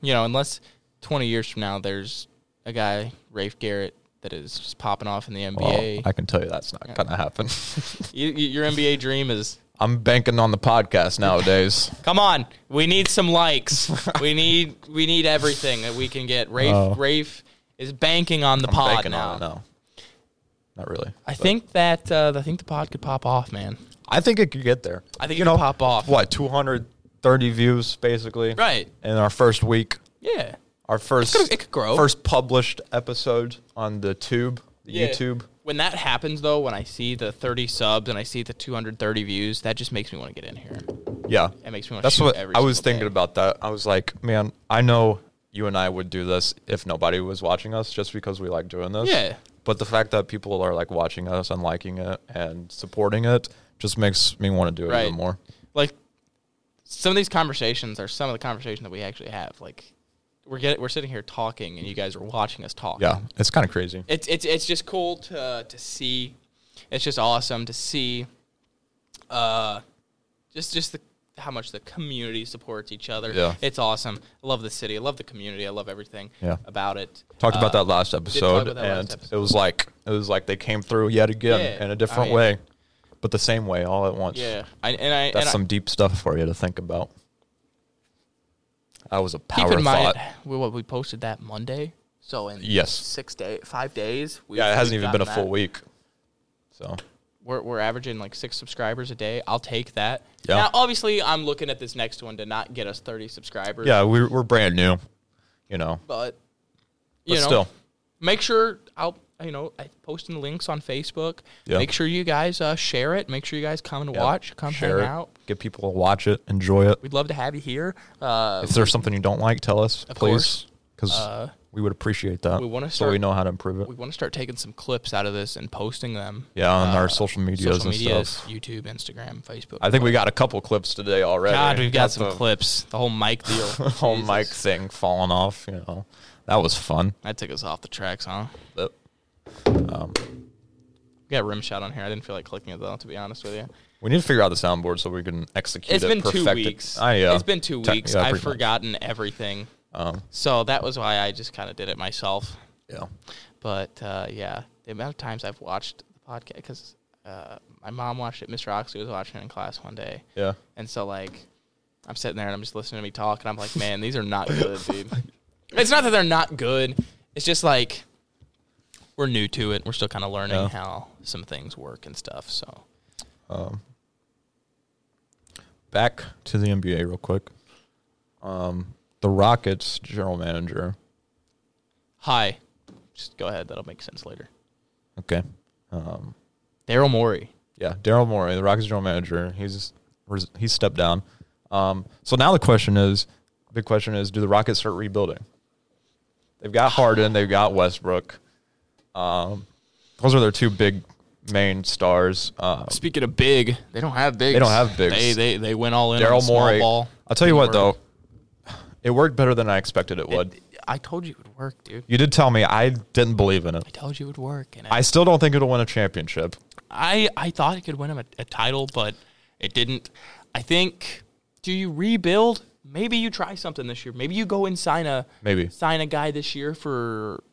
Speaker 1: You know, unless twenty years from now there's a guy, Rafe Garrett, that is just popping off in the NBA.
Speaker 2: Well, I can tell you that's not gonna happen.
Speaker 1: you, you- your NBA dream is
Speaker 2: I'm banking on the podcast nowadays.
Speaker 1: come on. We need some likes. we need we need everything that we can get. Rafe
Speaker 2: Oh.
Speaker 1: Rafe is banking on the pod
Speaker 2: banking
Speaker 1: now.
Speaker 2: on it now. Not really.
Speaker 1: I
Speaker 2: but-
Speaker 1: think that uh, I think the pod could pop off, man.
Speaker 2: I think it could get there.
Speaker 1: I think it could pop off.
Speaker 2: What 230 views basically?
Speaker 1: Right.
Speaker 2: In our first week,
Speaker 1: Yeah.
Speaker 2: our first
Speaker 1: It could- it could grow.
Speaker 2: First published episode on the tube, the
Speaker 1: Yeah.
Speaker 2: YouTube.
Speaker 1: When that happens, though, when I see the 30 subs and I see the 230 views, that just makes me want to get in here.
Speaker 2: Yeah.
Speaker 1: It makes me want to.
Speaker 2: That's what
Speaker 1: every
Speaker 2: I was
Speaker 1: single
Speaker 2: thinking
Speaker 1: day.
Speaker 2: about that. I was like, man, I know you and I would do this if nobody was watching us just because we like doing this.
Speaker 1: Yeah.
Speaker 2: But the fact that people are like watching us and liking it and supporting it just makes me want to do it
Speaker 1: Right.
Speaker 2: even more.
Speaker 1: Like some of these conversations are some of the conversations that we actually have. Like we're get, we're sitting here talking, and you guys are watching us talk.
Speaker 2: Yeah. It's kind of crazy.
Speaker 1: it's it's it's just cool to to see. It's just awesome to see. Uh, just just the how much the community supports each other.
Speaker 2: Yeah.
Speaker 1: it's awesome. I love the city. I love the community. I love everything
Speaker 2: Yeah.
Speaker 1: about it.
Speaker 2: Talked
Speaker 1: Uh,
Speaker 2: about that last
Speaker 1: talk
Speaker 2: episode
Speaker 1: about that last
Speaker 2: and
Speaker 1: episode.
Speaker 2: it was like it was like they came through yet again
Speaker 1: Yeah.
Speaker 2: in
Speaker 1: I
Speaker 2: a different
Speaker 1: mean-
Speaker 2: way. But the same way all at once.
Speaker 1: Yeah, I, and I and
Speaker 2: That's
Speaker 1: I-
Speaker 2: some deep stuff for you to think about. That was a power
Speaker 1: keep in mind
Speaker 2: thought.
Speaker 1: we, what we posted that Monday. So in
Speaker 2: Yes.
Speaker 1: six day five days. We,
Speaker 2: Yeah, it hasn't
Speaker 1: we've
Speaker 2: even been a
Speaker 1: gotten
Speaker 2: full
Speaker 1: that.
Speaker 2: week. So
Speaker 1: We're we're averaging like six subscribers a day. I'll take that.
Speaker 2: Yeah.
Speaker 1: Now, obviously, I'm looking at this next one to not get us 30 subscribers.
Speaker 2: yeah, we're we're brand new, you know.
Speaker 1: but
Speaker 2: But
Speaker 1: you know,
Speaker 2: still,
Speaker 1: make sure I'll you know I posting the links on Facebook.
Speaker 2: Yeah.
Speaker 1: Make sure you guys uh, share it. Make sure you guys come and
Speaker 2: yeah,
Speaker 1: watch. Come
Speaker 2: share
Speaker 1: hang
Speaker 2: it,
Speaker 1: out.
Speaker 2: Get people to watch it, enjoy it.
Speaker 1: We'd love to have you here. Uh,
Speaker 2: If there's something you don't like, tell us,
Speaker 1: Of
Speaker 2: please, because
Speaker 1: Uh,
Speaker 2: we would appreciate that.
Speaker 1: we wanna
Speaker 2: so
Speaker 1: start-
Speaker 2: we know how to improve it.
Speaker 1: we want to start taking some clips out of this and posting them.
Speaker 2: yeah, on
Speaker 1: uh,
Speaker 2: our social medias
Speaker 1: social
Speaker 2: and
Speaker 1: medias,
Speaker 2: stuff.
Speaker 1: YouTube, Instagram, Facebook.
Speaker 2: I think we got a couple clips today already.
Speaker 1: God, we've got some
Speaker 2: the
Speaker 1: clips. The whole mic deal.
Speaker 2: Whole
Speaker 1: Jesus.
Speaker 2: mic thing falling off. You know, that was fun.
Speaker 1: That took us off the tracks, huh?
Speaker 2: But, um,
Speaker 1: We got rim shot on here. I didn't feel like clicking it though, to be honest with you.
Speaker 2: We need to figure out the soundboard so we can execute
Speaker 1: It's
Speaker 2: it.
Speaker 1: been two
Speaker 2: perfect it.
Speaker 1: weeks.
Speaker 2: I, uh,
Speaker 1: it's been two
Speaker 2: tech-
Speaker 1: weeks.
Speaker 2: yeah,
Speaker 1: I've
Speaker 2: pretty much.
Speaker 1: forgotten everything.
Speaker 2: Um,
Speaker 1: So that was why I just kind of did it myself.
Speaker 2: yeah.
Speaker 1: But uh, yeah, the amount of times I've watched the podcast because uh, my mom watched it. Mr. Oxley was watching it in class one day,
Speaker 2: Yeah.
Speaker 1: and so like I'm sitting there and I'm just listening to me talk, and I'm like, man, these are not good, dude. It's not that they're not good. It's just like we're new to it. We're still kind of learning
Speaker 2: Yeah.
Speaker 1: how some things work and stuff. So
Speaker 2: Um, back to the NBA real quick. Um, the Rockets general manager.
Speaker 1: hi, just go ahead. That'll make sense later.
Speaker 2: Okay. Um,
Speaker 1: Daryl Morey.
Speaker 2: yeah, Daryl Morey, the Rockets general manager. He's res- he's stepped down. Um, so now the question is, big question is, do the Rockets start rebuilding? They've got Harden. They've got Westbrook. Um, those are their two big main stars. Uh,
Speaker 1: Speaking of big, they don't have bigs.
Speaker 2: They don't have bigs.
Speaker 1: They they, they went all in. on
Speaker 2: Daryl
Speaker 1: small
Speaker 2: Morey.
Speaker 1: Ball.
Speaker 2: I'll tell you
Speaker 1: Didn't
Speaker 2: what
Speaker 1: work.
Speaker 2: though, it worked better than I expected it would.
Speaker 1: I told you it would work, dude.
Speaker 2: You did tell me I didn't believe in it.
Speaker 1: I told you it would work, and
Speaker 2: I
Speaker 1: I
Speaker 2: still don't think it'll win a championship.
Speaker 1: I, I thought it could win him a, a title, but it didn't. I think. Do you rebuild? Maybe you try something this year. Maybe you go and sign a
Speaker 2: Maybe.
Speaker 1: sign a guy this year for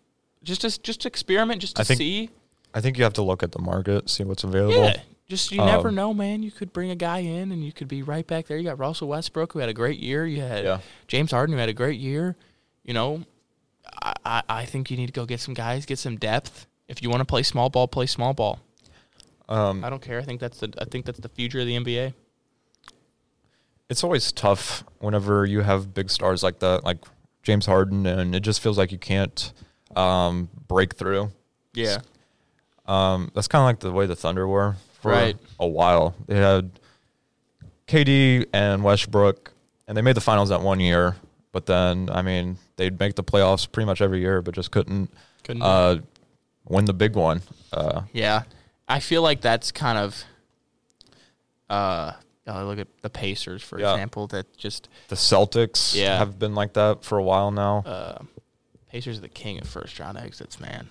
Speaker 1: just to, just to experiment, just to
Speaker 2: I think-
Speaker 1: see.
Speaker 2: I think you have to look at the market, see what's available.
Speaker 1: Yeah, just you
Speaker 2: Um,
Speaker 1: never know, man. You could bring a guy in, and you could be right back there. You got Russell Westbrook, who had a great year. You had
Speaker 2: Yeah.
Speaker 1: James Harden, who had a great year. You know, I, I I think you need to go get some guys, get some depth. If you want to play small ball, play small ball.
Speaker 2: Um,
Speaker 1: I don't care. I think that's the I think that's the future of the NBA.
Speaker 2: it's always tough whenever you have big stars like that, like James Harden, and it just feels like you can't um, break through.
Speaker 1: Yeah,
Speaker 2: Um, that's kind of like the way the Thunder were for
Speaker 1: Right.
Speaker 2: a while. They had KD and Westbrook, and they made the finals that one year. But then, I mean, they'd make the playoffs pretty much every year, but just couldn't
Speaker 1: couldn't.
Speaker 2: uh, win the big one. Uh,
Speaker 1: yeah, I feel like that's kind of. Uh, oh, look at the Pacers for
Speaker 2: Yeah.
Speaker 1: example. That just
Speaker 2: the Celtics
Speaker 1: Yeah. Uh,
Speaker 2: have been like that for a while now.
Speaker 1: Pacers are the king of first round exits, man.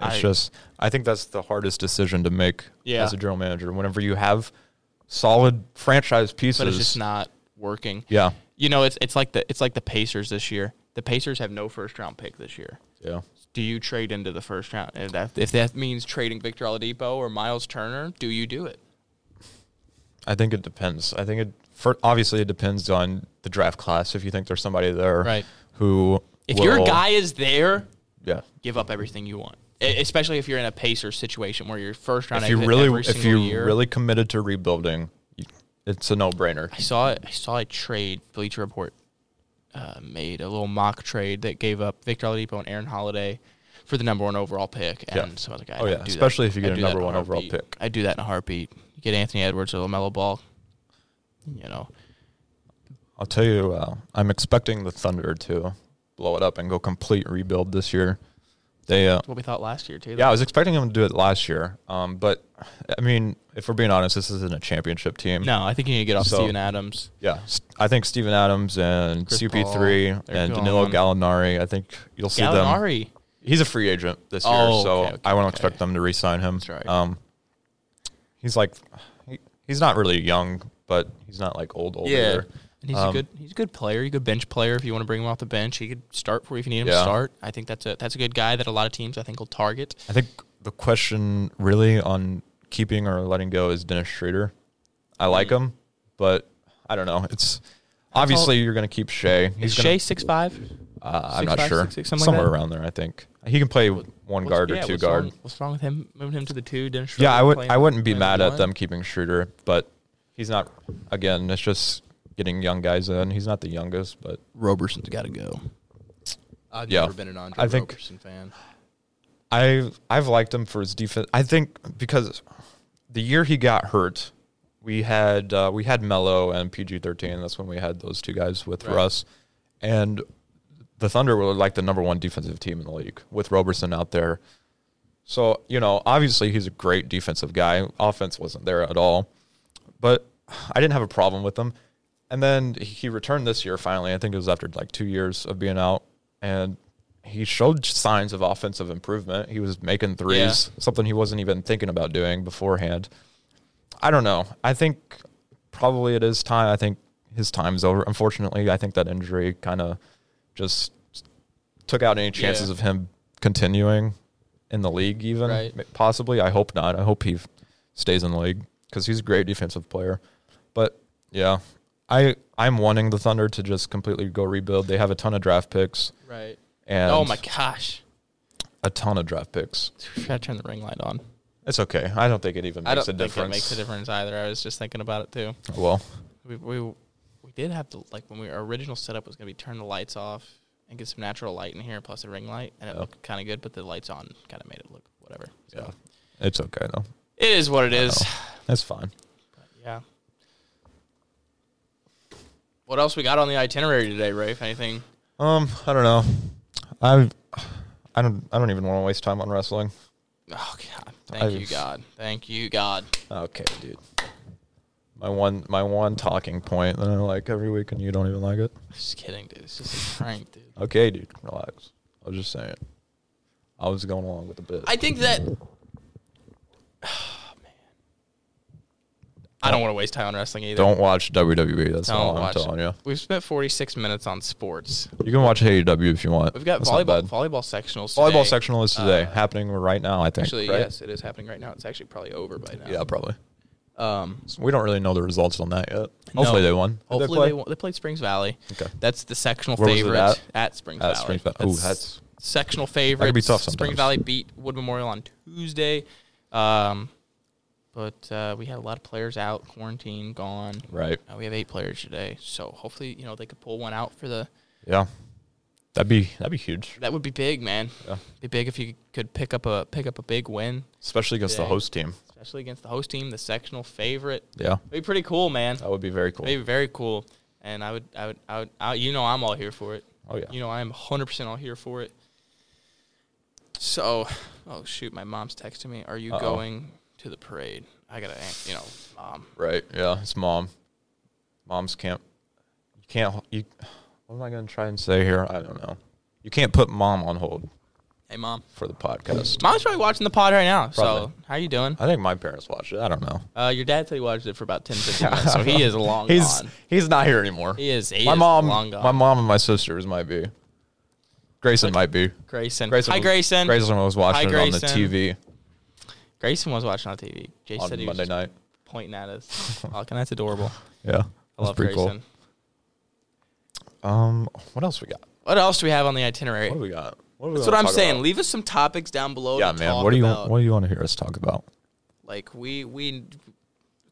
Speaker 2: it's
Speaker 1: I-
Speaker 2: just I think that's the hardest decision to make
Speaker 1: Yeah.
Speaker 2: as a general manager. Whenever you have solid franchise pieces,
Speaker 1: but it's just not working.
Speaker 2: Yeah,
Speaker 1: You know, it's it's like the it's like the Pacers this year. The Pacers have no first round pick this year.
Speaker 2: yeah,
Speaker 1: Do you trade into the first round? If that if that means trading Victor Oladipo or Miles Turner, do you do it?
Speaker 2: I think it depends. I think it for, obviously it depends on the draft class. If you think there's somebody there,
Speaker 1: Right.
Speaker 2: who
Speaker 1: If your
Speaker 2: will-
Speaker 1: guy is there,
Speaker 2: yeah,
Speaker 1: give up everything you want. E- Especially if you're in a Pacers situation where your first round
Speaker 2: if you
Speaker 1: exit
Speaker 2: really
Speaker 1: every
Speaker 2: if
Speaker 1: single
Speaker 2: you
Speaker 1: year.
Speaker 2: really committed to rebuilding, you- it's a no brainer.
Speaker 1: I saw it. I saw a trade. Bleacher Report uh, made a little mock trade that gave up Victor Oladipo and Aaron Holiday for the number one overall pick and
Speaker 2: Yeah.
Speaker 1: some other guy.
Speaker 2: Oh,
Speaker 1: I'd
Speaker 2: yeah,
Speaker 1: do that.
Speaker 2: especially if you
Speaker 1: I'd
Speaker 2: get a
Speaker 1: do that
Speaker 2: number
Speaker 1: in
Speaker 2: one overall
Speaker 1: heartbeat.
Speaker 2: pick.
Speaker 1: I do that in a heartbeat. You get Anthony Edwards or Lamelo Ball. You know,
Speaker 2: I'll tell you, uh, I'm expecting the Thunder to blow it up and go complete rebuild this year. They uh,
Speaker 1: what we thought last year too.
Speaker 2: Yeah, I was expecting them to do it last year. Um, but I mean, if we're being honest, this isn't a championship team.
Speaker 1: No, I think you need to get off
Speaker 2: So-
Speaker 1: Steven Adams.
Speaker 2: Yeah, S- I think Steven Adams and
Speaker 1: Chris
Speaker 2: CP3
Speaker 1: Paul, they're
Speaker 2: and
Speaker 1: gone.
Speaker 2: Danilo Gallinari. I think you'll see them.
Speaker 1: Gallinari.
Speaker 2: He's a free agent this year,
Speaker 1: Oh,
Speaker 2: so
Speaker 1: okay, okay,
Speaker 2: I won't
Speaker 1: okay.
Speaker 2: expect them to re-sign him.
Speaker 1: That's right.
Speaker 2: Um, he's like, he, he's not really young, but he's not like old old either.
Speaker 1: And he's a
Speaker 2: Um,
Speaker 1: good he's a good player. He's a good bench player. If you want to bring him off the bench, he could start for you if you need him to
Speaker 2: Yeah.
Speaker 1: start. I think that's a that's a good guy that a lot of teams I think will target.
Speaker 2: I think the question really on keeping or letting go is Dennis Schrader. I like him, but I don't know. It's obviously you're going to keep Shea.
Speaker 1: Is
Speaker 2: He's
Speaker 1: Shea six five?
Speaker 2: Gonna, uh, I'm
Speaker 1: six
Speaker 2: not
Speaker 1: five,
Speaker 2: sure.
Speaker 1: six six, something like
Speaker 2: Somewhere
Speaker 1: that?
Speaker 2: around there, I think. He can play one
Speaker 1: What's-
Speaker 2: guard or
Speaker 1: yeah,
Speaker 2: two
Speaker 1: what's
Speaker 2: guard.
Speaker 1: Wrong, what's wrong with him moving him to the two? Dennis Schroeder
Speaker 2: yeah, I would.
Speaker 1: playing-
Speaker 2: I wouldn't be
Speaker 1: playing
Speaker 2: mad
Speaker 1: the
Speaker 2: at
Speaker 1: one?
Speaker 2: them keeping Schrader, but he's not. Again, it's just getting young guys in. He's not the youngest, but
Speaker 1: Roberson's got to go. I've
Speaker 2: Yeah.
Speaker 1: never been an Andre
Speaker 2: I think-
Speaker 1: Roberson fan.
Speaker 2: I've I've liked him for his defense. I think because the year he got hurt, we had uh, we had Mello and PG thirteen. That's when we had those two guys with
Speaker 1: Right.
Speaker 2: Russ, and the Thunder were like the number one defensive team in the league with Roberson out there. So you know, obviously he's a great defensive guy. Offense wasn't there at all, but I didn't have a problem with him. And then he returned this year finally. I think it was after like two years of being out, and he showed signs of offensive improvement. He was making threes, something he wasn't even thinking about doing beforehand. I don't know. I think probably it is time. I think his time's over. Unfortunately, I think that injury kind of just took out any chances
Speaker 1: Yeah.
Speaker 2: of him continuing in the league, even
Speaker 1: Right.
Speaker 2: M- possibly. I hope not. I hope he f- stays in the league because he's a great defensive player. But yeah, I I'm wanting the Thunder to just completely go rebuild. They have a ton of draft picks
Speaker 1: Right.
Speaker 2: and
Speaker 1: oh my gosh.
Speaker 2: a ton of draft picks.
Speaker 1: I gotta turn the ring light on.
Speaker 2: It's okay. I don't think it even makes
Speaker 1: I don't
Speaker 2: a
Speaker 1: think
Speaker 2: difference.
Speaker 1: it makes a difference either. I was just thinking about it too.
Speaker 2: Well,
Speaker 1: We we we did have to like when we our original setup was gonna be turn the lights off and get some natural light in here plus a ring light and it
Speaker 2: Yeah.
Speaker 1: looked kind of good, but the lights on kind of made it look whatever. So
Speaker 2: yeah, it's okay though.
Speaker 1: it is what it is.
Speaker 2: That's fine.
Speaker 1: Yeah. What else we got on the itinerary today, Rafe? Anything?
Speaker 2: Um, I don't know. I I don't I don't even want to waste time on wrestling.
Speaker 1: Oh God! Thank you,
Speaker 2: I've-
Speaker 1: God! Thank you, God!
Speaker 2: Okay, dude. My one my one talking point that I like every week and you don't even like it.
Speaker 1: Just kidding, dude. It's just a prank, dude.
Speaker 2: Okay, dude, relax. I was just saying. I was going along with the bit.
Speaker 1: I think that. Oh, man. I don't want to waste time on wrestling either.
Speaker 2: don't watch WWE. That's all I'm
Speaker 1: watch it.
Speaker 2: telling you.
Speaker 1: We've spent 46 minutes on sports.
Speaker 2: You can watch AEW if you want.
Speaker 1: We've got
Speaker 2: That's not
Speaker 1: volleyball
Speaker 2: bad.
Speaker 1: volleyball sectionals.
Speaker 2: Volleyball
Speaker 1: today.
Speaker 2: sectional is today,
Speaker 1: Uh,
Speaker 2: happening right now. I think.
Speaker 1: Actually,
Speaker 2: right?
Speaker 1: yes, it is happening right now. It's actually probably over by now.
Speaker 2: Yeah, probably.
Speaker 1: Um,
Speaker 2: We don't really know the results on that yet. Hopefully
Speaker 1: No.
Speaker 2: they won. Did
Speaker 1: Hopefully
Speaker 2: play?
Speaker 1: they, won. they played Springs Valley.
Speaker 2: Okay.
Speaker 1: That's the sectional
Speaker 2: Where was it
Speaker 1: favorite
Speaker 2: at?
Speaker 1: Springs
Speaker 2: At
Speaker 1: Valley.
Speaker 2: Springs Va- ooh, that's-
Speaker 1: sectional favorite.
Speaker 2: tough
Speaker 1: Springs
Speaker 2: sometimes.
Speaker 1: Valley beat Wood Memorial on Tuesday. Um, but uh, we had a lot of players out, quarantine, gone.
Speaker 2: Right.
Speaker 1: Uh, we have eight players today, so hopefully you know they could pull one out for the.
Speaker 2: Yeah. That'd be that'd be huge.
Speaker 1: That would be big, man.
Speaker 2: Yeah.
Speaker 1: Be big if you could pick up a pick up a big win,
Speaker 2: Especially against the
Speaker 1: Yeah.
Speaker 2: host team.
Speaker 1: especially against the host team, the sectional favorite.
Speaker 2: Yeah.
Speaker 1: It'd be pretty cool, man.
Speaker 2: That would be very cool.
Speaker 1: It'd be very cool, and I would, I would, I would, I, you know, I'm all here for it.
Speaker 2: Oh yeah.
Speaker 1: You know, I'm 100% all here for it. So, oh shoot, my mom's texting me. Are you
Speaker 2: Uh-oh.
Speaker 1: going to the parade? I gotta, an- you know, mom.
Speaker 2: Right. Yeah. It's mom. Moms can't. You can't. You. What am I gonna try and say here? I don't know. You can't put mom on hold
Speaker 1: Hey, mom.
Speaker 2: for the podcast.
Speaker 1: Mom's probably watching the pod right now. So,
Speaker 2: Probably. Uh,
Speaker 1: how you doing?
Speaker 2: I think my parents watch it. I don't know.
Speaker 1: Uh, your dad said he watched it for about 10, 15 minutes, so he is long
Speaker 2: He's
Speaker 1: gone.
Speaker 2: he's not here anymore.
Speaker 1: He is. He
Speaker 2: my
Speaker 1: is
Speaker 2: mom.
Speaker 1: long gone.
Speaker 2: My mom and my sisters might be. Grayson might be.
Speaker 1: Grayson.
Speaker 2: Grayson
Speaker 1: Hi,
Speaker 2: was-
Speaker 1: Grayson. Grayson.
Speaker 2: Grayson was watching
Speaker 1: Hi,
Speaker 2: it on the
Speaker 1: Grayson.
Speaker 2: TV
Speaker 1: was watching on TV. Jay
Speaker 2: on
Speaker 1: said he
Speaker 2: Monday
Speaker 1: was
Speaker 2: night.
Speaker 1: pointing at us. oh, and that's adorable.
Speaker 2: Yeah.
Speaker 1: I love Grayson.
Speaker 2: cool. Um. What else we got?
Speaker 1: What else do we have on the itinerary?
Speaker 2: What do we got? What are we
Speaker 1: That's what
Speaker 2: gonna
Speaker 1: I'm
Speaker 2: talk
Speaker 1: saying.
Speaker 2: about?
Speaker 1: Leave us some topics down below.
Speaker 2: Yeah,
Speaker 1: to
Speaker 2: man.
Speaker 1: talk
Speaker 2: What do you
Speaker 1: about.
Speaker 2: What do you want to hear us talk about?
Speaker 1: Like we we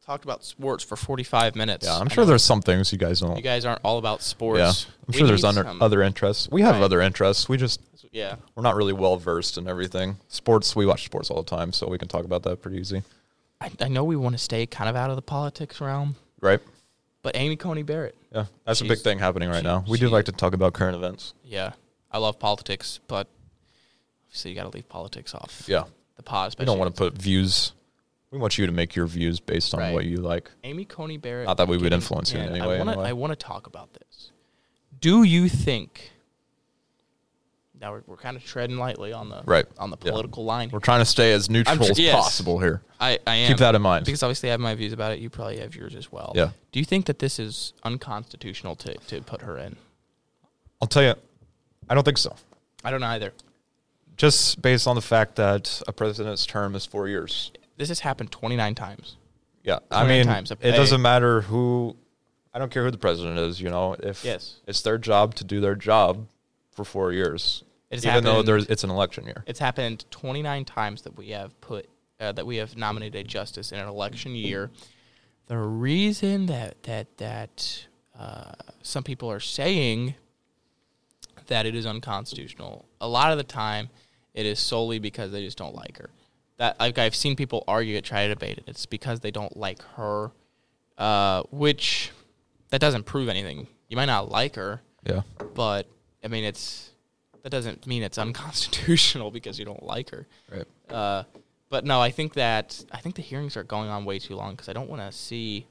Speaker 1: talked about sports for 45 minutes.
Speaker 2: Yeah,
Speaker 1: I
Speaker 2: I'm sure
Speaker 1: know
Speaker 2: there's some things you guys don't.
Speaker 1: you guys aren't all about sports.
Speaker 2: yeah, I'm
Speaker 1: We
Speaker 2: sure there's
Speaker 1: need
Speaker 2: other
Speaker 1: some-
Speaker 2: other interests. We have
Speaker 1: Right.
Speaker 2: other interests. We just
Speaker 1: Yeah,
Speaker 2: we're not really well versed in everything. Sports, we watch sports all the time, so we can talk about that pretty easy,
Speaker 1: I, I know we want to stay kind of out of the politics realm,
Speaker 2: right?
Speaker 1: but Amy Coney Barrett.
Speaker 2: Yeah, that's a
Speaker 1: She's-
Speaker 2: big thing happening right
Speaker 1: she-
Speaker 2: now. We
Speaker 1: she-
Speaker 2: do like to talk about current events.
Speaker 1: Yeah, I love politics, but obviously you got to leave politics off.
Speaker 2: Yeah,
Speaker 1: the pause.
Speaker 2: we don't want to put views. We want you to make your views based on
Speaker 1: Right.
Speaker 2: what you like.
Speaker 1: Amy Coney Barrett.
Speaker 2: Not that we would influence you in
Speaker 1: Man,
Speaker 2: any way.
Speaker 1: I wanna,
Speaker 2: anyway.
Speaker 1: I want to talk about this. Do you think? Now we're, we're kind of treading lightly on the
Speaker 2: Right.
Speaker 1: on the
Speaker 2: Yeah.
Speaker 1: political line.
Speaker 2: we're
Speaker 1: Here.
Speaker 2: trying to stay as neutral
Speaker 1: tr-
Speaker 2: as
Speaker 1: yes.
Speaker 2: possible here.
Speaker 1: I, I am
Speaker 2: Keep that in mind.
Speaker 1: because obviously I have my views about it. You probably have yours as well.
Speaker 2: Yeah.
Speaker 1: Do you think that this is unconstitutional to, to put her in?
Speaker 2: I'll tell you, I don't think so.
Speaker 1: I don't know either.
Speaker 2: Just based on the fact that a president's term is four years.
Speaker 1: This has happened 29 times.
Speaker 2: Yeah,
Speaker 1: How
Speaker 2: I
Speaker 1: many
Speaker 2: mean,
Speaker 1: times?
Speaker 2: it doesn't matter who. I don't care who the president is. You know, if
Speaker 1: Yes.
Speaker 2: it's their job to do their job for four years,
Speaker 1: It has
Speaker 2: even though
Speaker 1: happened-
Speaker 2: there's it's an election year.
Speaker 1: It's happened 29 times that we have put uh, that we have nominated a justice in an election year. The reason that that that uh, some people are saying that it is unconstitutional, a lot of the time, it is solely because they just don't like her. That like I've seen people argue it, try to debate it. It's because they don't like her, uh, which that doesn't prove anything. You might not like her,
Speaker 2: Yeah,
Speaker 1: but I mean, it's that doesn't mean it's unconstitutional because you don't like her.
Speaker 2: right.
Speaker 1: Uh, but no, I think that I think the hearings are going on way too long because I don't want to see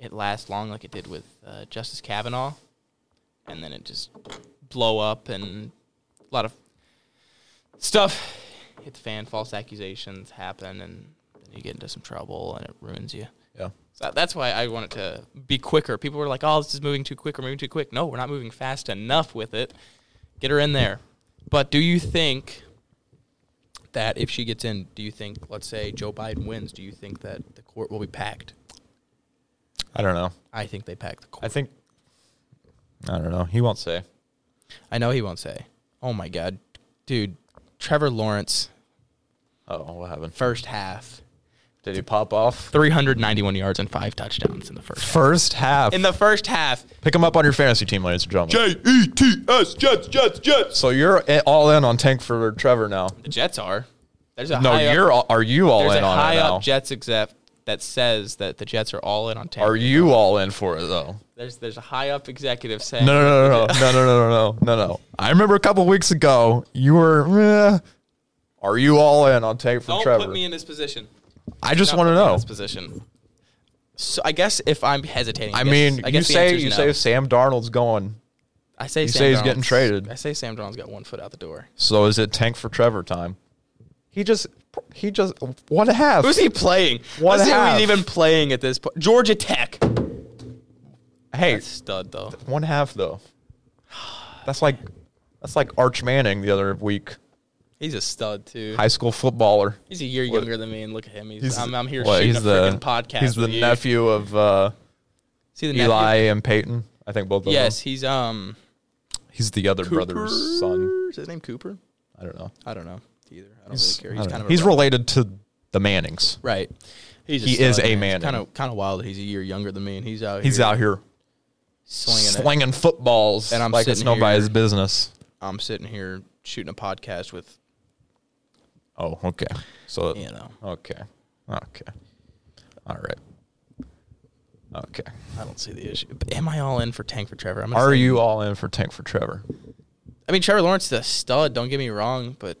Speaker 1: it last long like it did with uh, Justice Kavanaugh, and then it just blow up and a lot of stuff hit the fan, false accusations happen, and then you get into some trouble, and it ruins you.
Speaker 2: Yeah.
Speaker 1: So that's why I wanted to be quicker. People were like, "Oh, this is moving too quick. We're moving too quick." No, we're not moving fast enough with it. Get her in there. But do you think that if she gets in, do you think, let's say Joe Biden wins, do you think that the court will be packed?
Speaker 2: I don't know.
Speaker 1: I think they pack the court.
Speaker 2: I think. I don't know. He won't say.
Speaker 1: I know he won't say. Oh my god, dude, Trevor Lawrence,
Speaker 2: Oh, what happened?
Speaker 1: first half,
Speaker 2: Did he pop off?
Speaker 1: 391 yards and five touchdowns in the first.
Speaker 2: First half.
Speaker 1: In the first half,
Speaker 2: Pick him up on your fantasy team, ladies and gentlemen.
Speaker 1: J E T S Jets Jets Jets.
Speaker 2: So you're i- all in on tank for Trevor now.
Speaker 1: The Jets are. There's a
Speaker 2: No,
Speaker 1: high
Speaker 2: you're.
Speaker 1: up,
Speaker 2: all Are you all
Speaker 1: there's
Speaker 2: in
Speaker 1: a
Speaker 2: on
Speaker 1: high
Speaker 2: it now?
Speaker 1: up Jets exec that says that the Jets are all in on Tampa.
Speaker 2: Are you all in for it though?
Speaker 1: There's there's a high up executive saying
Speaker 2: No, no, no, no, no, no, no, no, no, no, no. I remember a couple weeks ago you were. eh, are you all in on tank for
Speaker 1: Don't
Speaker 2: Trevor?
Speaker 1: put me in this position.
Speaker 2: I just
Speaker 1: Don't
Speaker 2: want to
Speaker 1: put me in
Speaker 2: know.
Speaker 1: this position. So I guess if I'm hesitating,
Speaker 2: I
Speaker 1: guess-
Speaker 2: mean,
Speaker 1: I
Speaker 2: you
Speaker 1: guess the
Speaker 2: say
Speaker 1: answer's
Speaker 2: you
Speaker 1: no.
Speaker 2: say Sam Darnold's going.
Speaker 1: I say Sam
Speaker 2: say he's
Speaker 1: Darnold's-
Speaker 2: getting traded.
Speaker 1: I say Sam Darnold's got one foot out the door.
Speaker 2: So is it tank for Trevor time? He just, he just one half.
Speaker 1: Who's he playing?
Speaker 2: One
Speaker 1: Let's see who
Speaker 2: half.
Speaker 1: he's even playing at this point. Georgia Tech.
Speaker 2: Hey,
Speaker 1: That's stud though.
Speaker 2: one half though. That's like, that's like Arch Manning the other week,
Speaker 1: He's a stud too.
Speaker 2: high school footballer.
Speaker 1: He's a year younger than me, and look at him. He's, I'm, I'm here
Speaker 2: what,
Speaker 1: shooting
Speaker 2: he's
Speaker 1: a freaking podcast.
Speaker 2: He's the
Speaker 1: with you.
Speaker 2: nephew of uh,
Speaker 1: See the nephew?
Speaker 2: Eli and Peyton. I think both of
Speaker 1: Yes,
Speaker 2: them.
Speaker 1: he's um.
Speaker 2: He's the other brother's son.
Speaker 1: Is his name Cooper?
Speaker 2: I don't know.
Speaker 1: I don't know either. I don't
Speaker 2: He's,
Speaker 1: really care. He's kind of a
Speaker 2: he's
Speaker 1: rough-
Speaker 2: related to the Mannings.
Speaker 1: right. He's
Speaker 2: He is a man.
Speaker 1: Kind of kind of wild. that He's a year younger than me, and he's out.
Speaker 2: He's
Speaker 1: here
Speaker 2: out here
Speaker 1: slinging.
Speaker 2: slinging,
Speaker 1: it.
Speaker 2: footballs
Speaker 1: And I'm
Speaker 2: like it's
Speaker 1: sitting
Speaker 2: nobody's
Speaker 1: here-
Speaker 2: business.
Speaker 1: I'm sitting here shooting a podcast with
Speaker 2: Oh, okay. So
Speaker 1: you know.
Speaker 2: Okay. Okay. All right. Okay.
Speaker 1: I don't see the issue. But am I all in for Tank for Trevor? I'm gonna
Speaker 2: Are
Speaker 1: say-
Speaker 2: you all in for Tank for Trevor?
Speaker 1: I mean, Trevor Lawrence is a stud. Don't get me wrong, but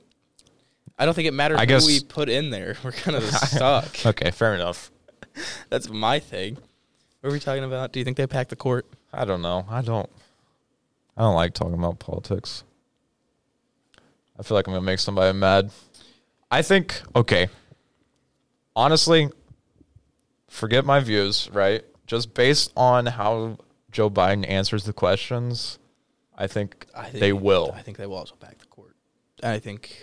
Speaker 1: I don't think it matters
Speaker 2: I
Speaker 1: who
Speaker 2: guess-
Speaker 1: we put in there. We're kind of stuck.
Speaker 2: Okay, fair enough.
Speaker 1: That's my thing. What are we talking about? Do you think they packed the court?
Speaker 2: I don't know. I don't I don't like talking about politics. I feel like I'm gonna make somebody mad. I think okay. Honestly, forget my views, right? Just based on how Joe Biden answers the questions, I think, they will.
Speaker 1: I think they will also pack the court. I think.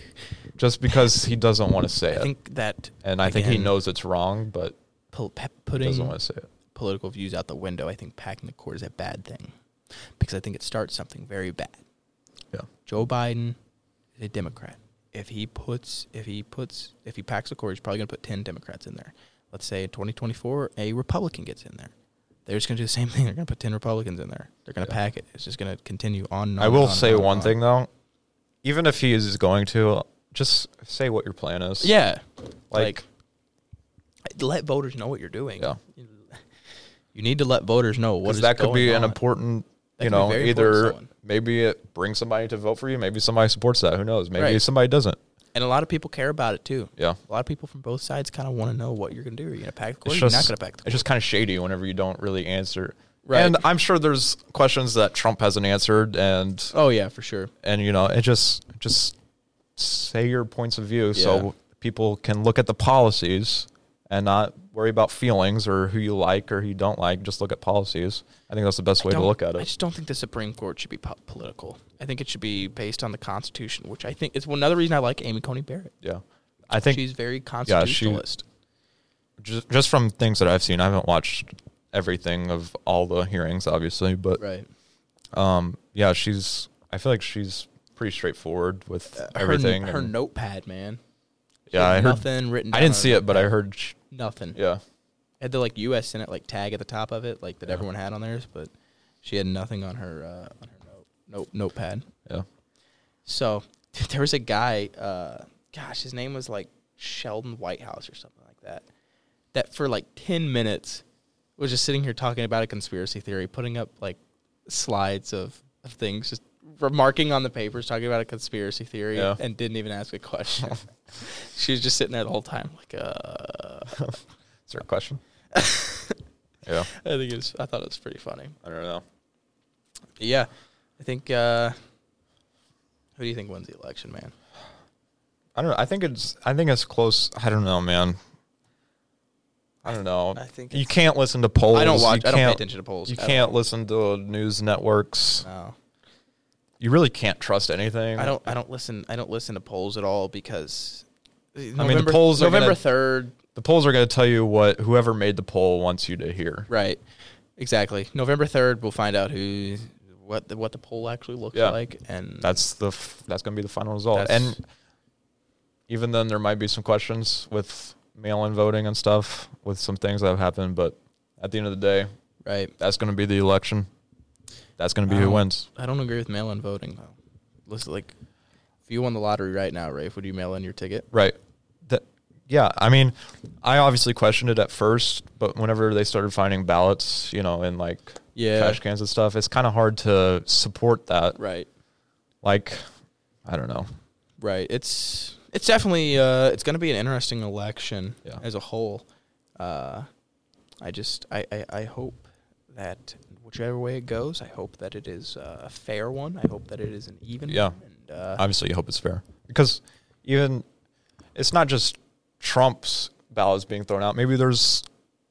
Speaker 2: Just because he doesn't want to say
Speaker 1: I
Speaker 2: it.
Speaker 1: think that.
Speaker 2: and I think he
Speaker 1: again,
Speaker 2: knows it's wrong, but
Speaker 1: pol- pe-
Speaker 2: doesn't
Speaker 1: putting
Speaker 2: want to say it.
Speaker 1: political views out the window. I think packing the court is a bad thing because I think it starts something very bad.
Speaker 2: Yeah.
Speaker 1: Joe Biden is a Democrat. If he puts, if he puts, if he packs the court, he's probably going to put ten Democrats in there. Let's say in 2024, a Republican gets in there. They're just going to do the same thing. They're going to put ten Republicans in there. They're going to
Speaker 2: Yeah.
Speaker 1: pack it. It's just going to continue on. And on
Speaker 2: I will
Speaker 1: and on
Speaker 2: say
Speaker 1: and on and
Speaker 2: one
Speaker 1: on.
Speaker 2: thing though. Even if he is going to, just say what your plan is.
Speaker 1: Yeah.
Speaker 2: Like-
Speaker 1: let voters know what you're doing.
Speaker 2: Yeah.
Speaker 1: You need to let voters know what is
Speaker 2: because that could
Speaker 1: going
Speaker 2: be
Speaker 1: on.
Speaker 2: an important.
Speaker 1: That
Speaker 2: you
Speaker 1: could be
Speaker 2: know,
Speaker 1: very important to
Speaker 2: either
Speaker 1: someone.
Speaker 2: maybe it brings somebody to vote for you, maybe somebody supports that. Who knows? Maybe
Speaker 1: Right.
Speaker 2: somebody doesn't.
Speaker 1: And a lot of people care about it too.
Speaker 2: Yeah.
Speaker 1: A lot of people from both sides kind of want to know what you're going to do. Are you going to pack the court?
Speaker 2: It's
Speaker 1: You're not
Speaker 2: just,
Speaker 1: going to pack the
Speaker 2: it's just kind of shady whenever you don't really answer.
Speaker 1: Right.
Speaker 2: And I'm sure there's questions that Trump hasn't answered, and
Speaker 1: Oh yeah, for sure.
Speaker 2: and you know it just just say your points of view
Speaker 1: Yeah.
Speaker 2: so people can look at the policies and not worry about feelings or who you like or who you don't like just look at policies i think that's the best way to
Speaker 1: Don't-
Speaker 2: look at
Speaker 1: I
Speaker 2: it
Speaker 1: just don't think the Supreme Court should be po- political. I think it should be based on the Constitution, which I think is another reason I like Amy Coney Barrett.
Speaker 2: yeah i think
Speaker 1: she's very
Speaker 2: she-
Speaker 1: constitutionalist.
Speaker 2: just, just from things that i've seen i haven't watched everything of all the hearings obviously but
Speaker 1: right.
Speaker 2: um yeah she's i feel like she's pretty straightforward with
Speaker 1: Uh, Her-
Speaker 2: everything
Speaker 1: Her,
Speaker 2: and-
Speaker 1: notepad, man. She
Speaker 2: yeah
Speaker 1: had
Speaker 2: i heard
Speaker 1: nothing written.
Speaker 2: i
Speaker 1: down
Speaker 2: didn't
Speaker 1: on
Speaker 2: see
Speaker 1: her
Speaker 2: it but i heard sh
Speaker 1: Nothing.
Speaker 2: yeah
Speaker 1: Had the like U.S. Senate like tag at the top of it, like that everyone had on theirs, but she had nothing on her uh, on her note, note notepad.
Speaker 2: yeah
Speaker 1: So there was a guy, uh, gosh, his name was like Sheldon Whitehouse or something like that. That for like ten minutes was just sitting here talking about a conspiracy theory, putting up like slides of, of things, just remarking on the papers, talking about a conspiracy theory,
Speaker 2: Yeah.
Speaker 1: and didn't even ask a question. she was just sitting there the whole time, like, uh,
Speaker 2: is there a question yeah
Speaker 1: I think it was, I thought it was pretty funny.
Speaker 2: i don't know
Speaker 1: Yeah, I think uh, Who do you think wins the election, man?
Speaker 2: I don't know. I think it's. I think it's close. I don't know, man. I don't know.
Speaker 1: I think
Speaker 2: you
Speaker 1: it's-
Speaker 2: can't listen to polls.
Speaker 1: I don't watch.
Speaker 2: You
Speaker 1: I don't pay
Speaker 2: can't-
Speaker 1: attention to polls.
Speaker 2: You
Speaker 1: at
Speaker 2: can't listen to news networks.
Speaker 1: all.
Speaker 2: You really can't trust anything.
Speaker 1: No, I don't. I don't listen. I don't listen to polls at all because. November,
Speaker 2: mean, the polls are
Speaker 1: November
Speaker 2: gonna-
Speaker 1: third.
Speaker 2: The polls are going to tell you what whoever made the poll wants you to hear.
Speaker 1: Right. Exactly. November third, we'll find out who, what the, what the poll actually looks
Speaker 2: Yeah.
Speaker 1: like, and
Speaker 2: That's the f- that's going to be the final result.
Speaker 1: That's-
Speaker 2: And even then, there might be some questions with mail-in voting and stuff with some things that have happened. But at the end of the day,
Speaker 1: right.
Speaker 2: that's going to be the election. That's going to be who
Speaker 1: Um,
Speaker 2: wins.
Speaker 1: I don't agree with mail-in voting though. Listen, like, if you won the lottery right now, Rafe, would you mail in your ticket?
Speaker 2: Right. That, yeah. I mean, I obviously questioned it at first, but whenever they started finding ballots, you know, in like
Speaker 1: Yeah.
Speaker 2: trash cans and stuff, it's kind of hard to support that.
Speaker 1: Right.
Speaker 2: Like, I don't know.
Speaker 1: Right. It's it's definitely uh, it's going to be an interesting election
Speaker 2: Yeah.
Speaker 1: as a whole. Uh, I just I, I, I hope that whichever way it goes, I hope that it is uh, a fair one. I hope that it is an even.
Speaker 2: Yeah.
Speaker 1: One. And, uh,
Speaker 2: Obviously, you hope it's fair because even it's not just Trump's ballots being thrown out. Maybe there's,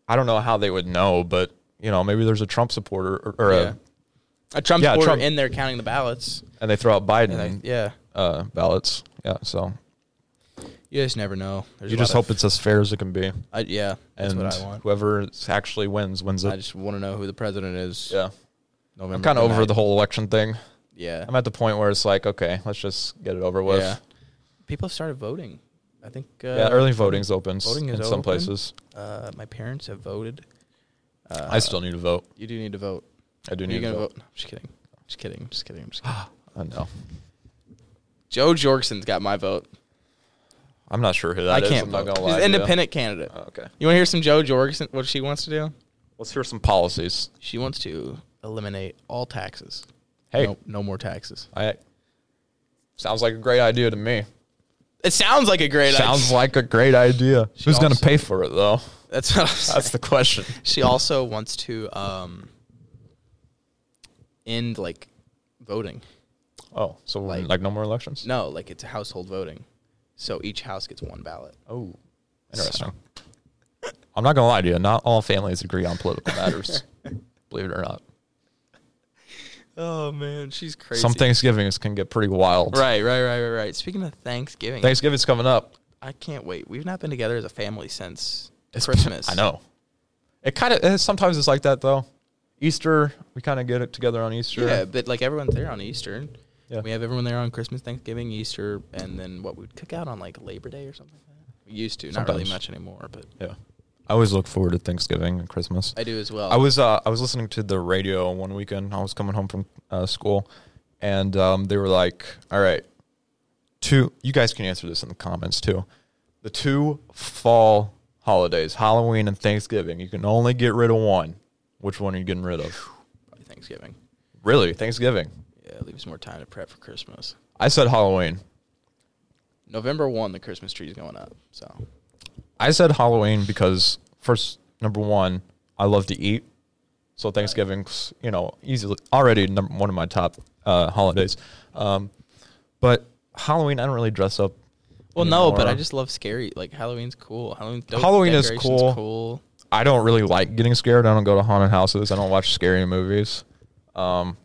Speaker 2: I don't know how they would know, but you know, maybe there's a Trump supporter or, or
Speaker 1: yeah. a Trump
Speaker 2: Yeah,
Speaker 1: supporter
Speaker 2: Trump-
Speaker 1: in there counting the ballots.
Speaker 2: a, and they throw out Biden
Speaker 1: And I- yeah.
Speaker 2: uh, ballots. Yeah. So
Speaker 1: You just never know. There's
Speaker 2: you
Speaker 1: a lot
Speaker 2: just hope
Speaker 1: of-
Speaker 2: it's as fair as it can be.
Speaker 1: I, yeah. That's
Speaker 2: and
Speaker 1: what I want.
Speaker 2: whoever actually wins wins
Speaker 1: I
Speaker 2: it.
Speaker 1: just want to know who the president is.
Speaker 2: Yeah,
Speaker 1: November.
Speaker 2: I'm kind of over
Speaker 1: night.
Speaker 2: the whole election thing.
Speaker 1: Yeah.
Speaker 2: I'm at the point where it's like, okay, let's just get it over with.
Speaker 1: yeah. People have started voting. I think. Uh,
Speaker 2: Yeah, early voting's open s-
Speaker 1: voting
Speaker 2: in
Speaker 1: is
Speaker 2: some
Speaker 1: open.
Speaker 2: places.
Speaker 1: Uh, my parents have voted. Uh,
Speaker 2: I still need to vote.
Speaker 1: You do need to vote.
Speaker 2: I do
Speaker 1: Are you
Speaker 2: need to
Speaker 1: gonna
Speaker 2: vote.
Speaker 1: vote? No, I'm just kidding. Just kidding. Just kidding. Just kidding.
Speaker 2: I know.
Speaker 1: Joe Jorgson's got my vote.
Speaker 2: I'm not sure who that
Speaker 1: I
Speaker 2: is,
Speaker 1: can't
Speaker 2: I'm
Speaker 1: vote.
Speaker 2: not gonna
Speaker 1: He's an
Speaker 2: lie. to you.
Speaker 1: independent candidate.
Speaker 2: Oh, okay.
Speaker 1: You want to hear some Joe Jorgensen? What she wants to do?
Speaker 2: Let's hear some policies.
Speaker 1: She wants to eliminate all taxes.
Speaker 2: Hey.
Speaker 1: no, no more taxes.
Speaker 2: I sounds like a great idea to me.
Speaker 1: It sounds like a great
Speaker 2: Sounds
Speaker 1: idea.
Speaker 2: like a great idea. Who's going to
Speaker 1: also-
Speaker 2: pay for it though?
Speaker 1: That's what I'm saying.
Speaker 2: That's the question.
Speaker 1: She also wants to um, end like voting.
Speaker 2: Oh, so like,
Speaker 1: Like-
Speaker 2: no more elections?
Speaker 1: No, like it's household voting. So each house gets one ballot.
Speaker 2: Oh, interesting. I'm not gonna lie to you. Not all families agree on political matters. believe it or not,
Speaker 1: Oh man, she's crazy.
Speaker 2: some Thanksgivings can get pretty wild.
Speaker 1: Right, right, right, right, right. Speaking of Thanksgiving,
Speaker 2: Thanksgiving's coming up.
Speaker 1: I can't wait. We've not been together as a family since
Speaker 2: It's-
Speaker 1: Christmas.
Speaker 2: I know. It kind of sometimes it's like that though. Easter, we kind of get it together on Easter.
Speaker 1: Yeah, but like everyone's there on Easter.
Speaker 2: Yeah.
Speaker 1: We have everyone there on Christmas, Thanksgiving, Easter, and then what we'd cook out on like Labor Day or something like that. We used to, not really
Speaker 2: Sometimes.
Speaker 1: much anymore, but
Speaker 2: Yeah. I always look forward to Thanksgiving and Christmas.
Speaker 1: I do as well.
Speaker 2: I was uh, I was listening to the radio one weekend. I was coming home from uh, school, and um, they were like, "All right, two. You guys can answer this in the comments too. The two fall holidays, Halloween and Thanksgiving. You can only get rid of one. Which one are you getting rid of?
Speaker 1: Probably Thanksgiving.
Speaker 2: Really, Thanksgiving?
Speaker 1: Yeah, leave us more time to prep for Christmas.
Speaker 2: I said Halloween.
Speaker 1: November one, the Christmas tree's going up. So
Speaker 2: I said Halloween because first, number one, I love to eat. So Thanksgiving's, you know, easily already number one of my top uh, holidays. Um, but Halloween, I don't really dress up.
Speaker 1: Well, no, but
Speaker 2: anymore.
Speaker 1: I just love scary. Like Halloween's cool. Halloween's dope.
Speaker 2: Halloween is
Speaker 1: Decoration's
Speaker 2: cool.
Speaker 1: cool.
Speaker 2: I don't really like getting scared. I don't go to haunted houses. I don't watch scary movies. Um,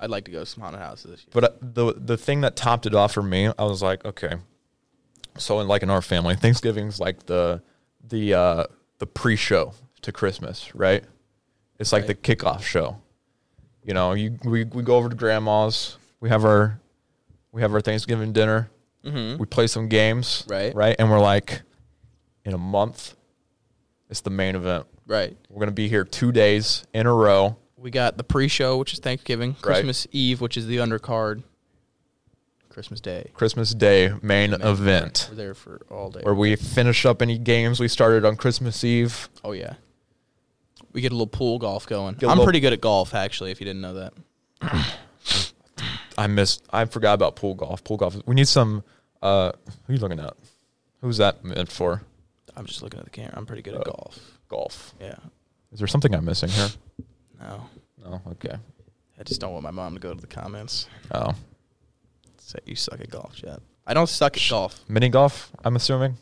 Speaker 1: I'd like to go to some haunted houses this year.
Speaker 2: but uh, the the thing that topped it off for me, I was like, okay. So in like in our family, Thanksgiving's like the the uh, the pre-show to Christmas, right? It's like
Speaker 1: Right.
Speaker 2: the kickoff show. You know, you we, we go over to grandma's, we have our we have our Thanksgiving dinner, we play some games,
Speaker 1: Right.
Speaker 2: Right, and we're like, in a month, it's the main event.
Speaker 1: Right.
Speaker 2: We're gonna be here two days in a row.
Speaker 1: We got the pre-show, which is Thanksgiving, Christmas Eve, which is the undercard, Christmas Day.
Speaker 2: Christmas Day main event.
Speaker 1: We're there for all day.
Speaker 2: where we finish up any games we started on Christmas Eve.
Speaker 1: oh yeah. We get a little pool golf going.
Speaker 2: a
Speaker 1: I'm
Speaker 2: little-
Speaker 1: pretty good at golf, actually. If you didn't know that,
Speaker 2: I missed. I forgot about pool golf. Pool golf. We need some. Uh, who you looking at? Who's that meant for?
Speaker 1: I'm just looking at the camera. I'm pretty good at
Speaker 2: Oh.
Speaker 1: golf.
Speaker 2: Golf.
Speaker 1: Yeah.
Speaker 2: Is there something I'm missing here?
Speaker 1: No,
Speaker 2: No. Okay.
Speaker 1: I just don't want my mom to go to the comments.
Speaker 2: Oh,
Speaker 1: say you suck at golf, Chad. I don't suck at golf.
Speaker 2: Mini golf, I'm assuming.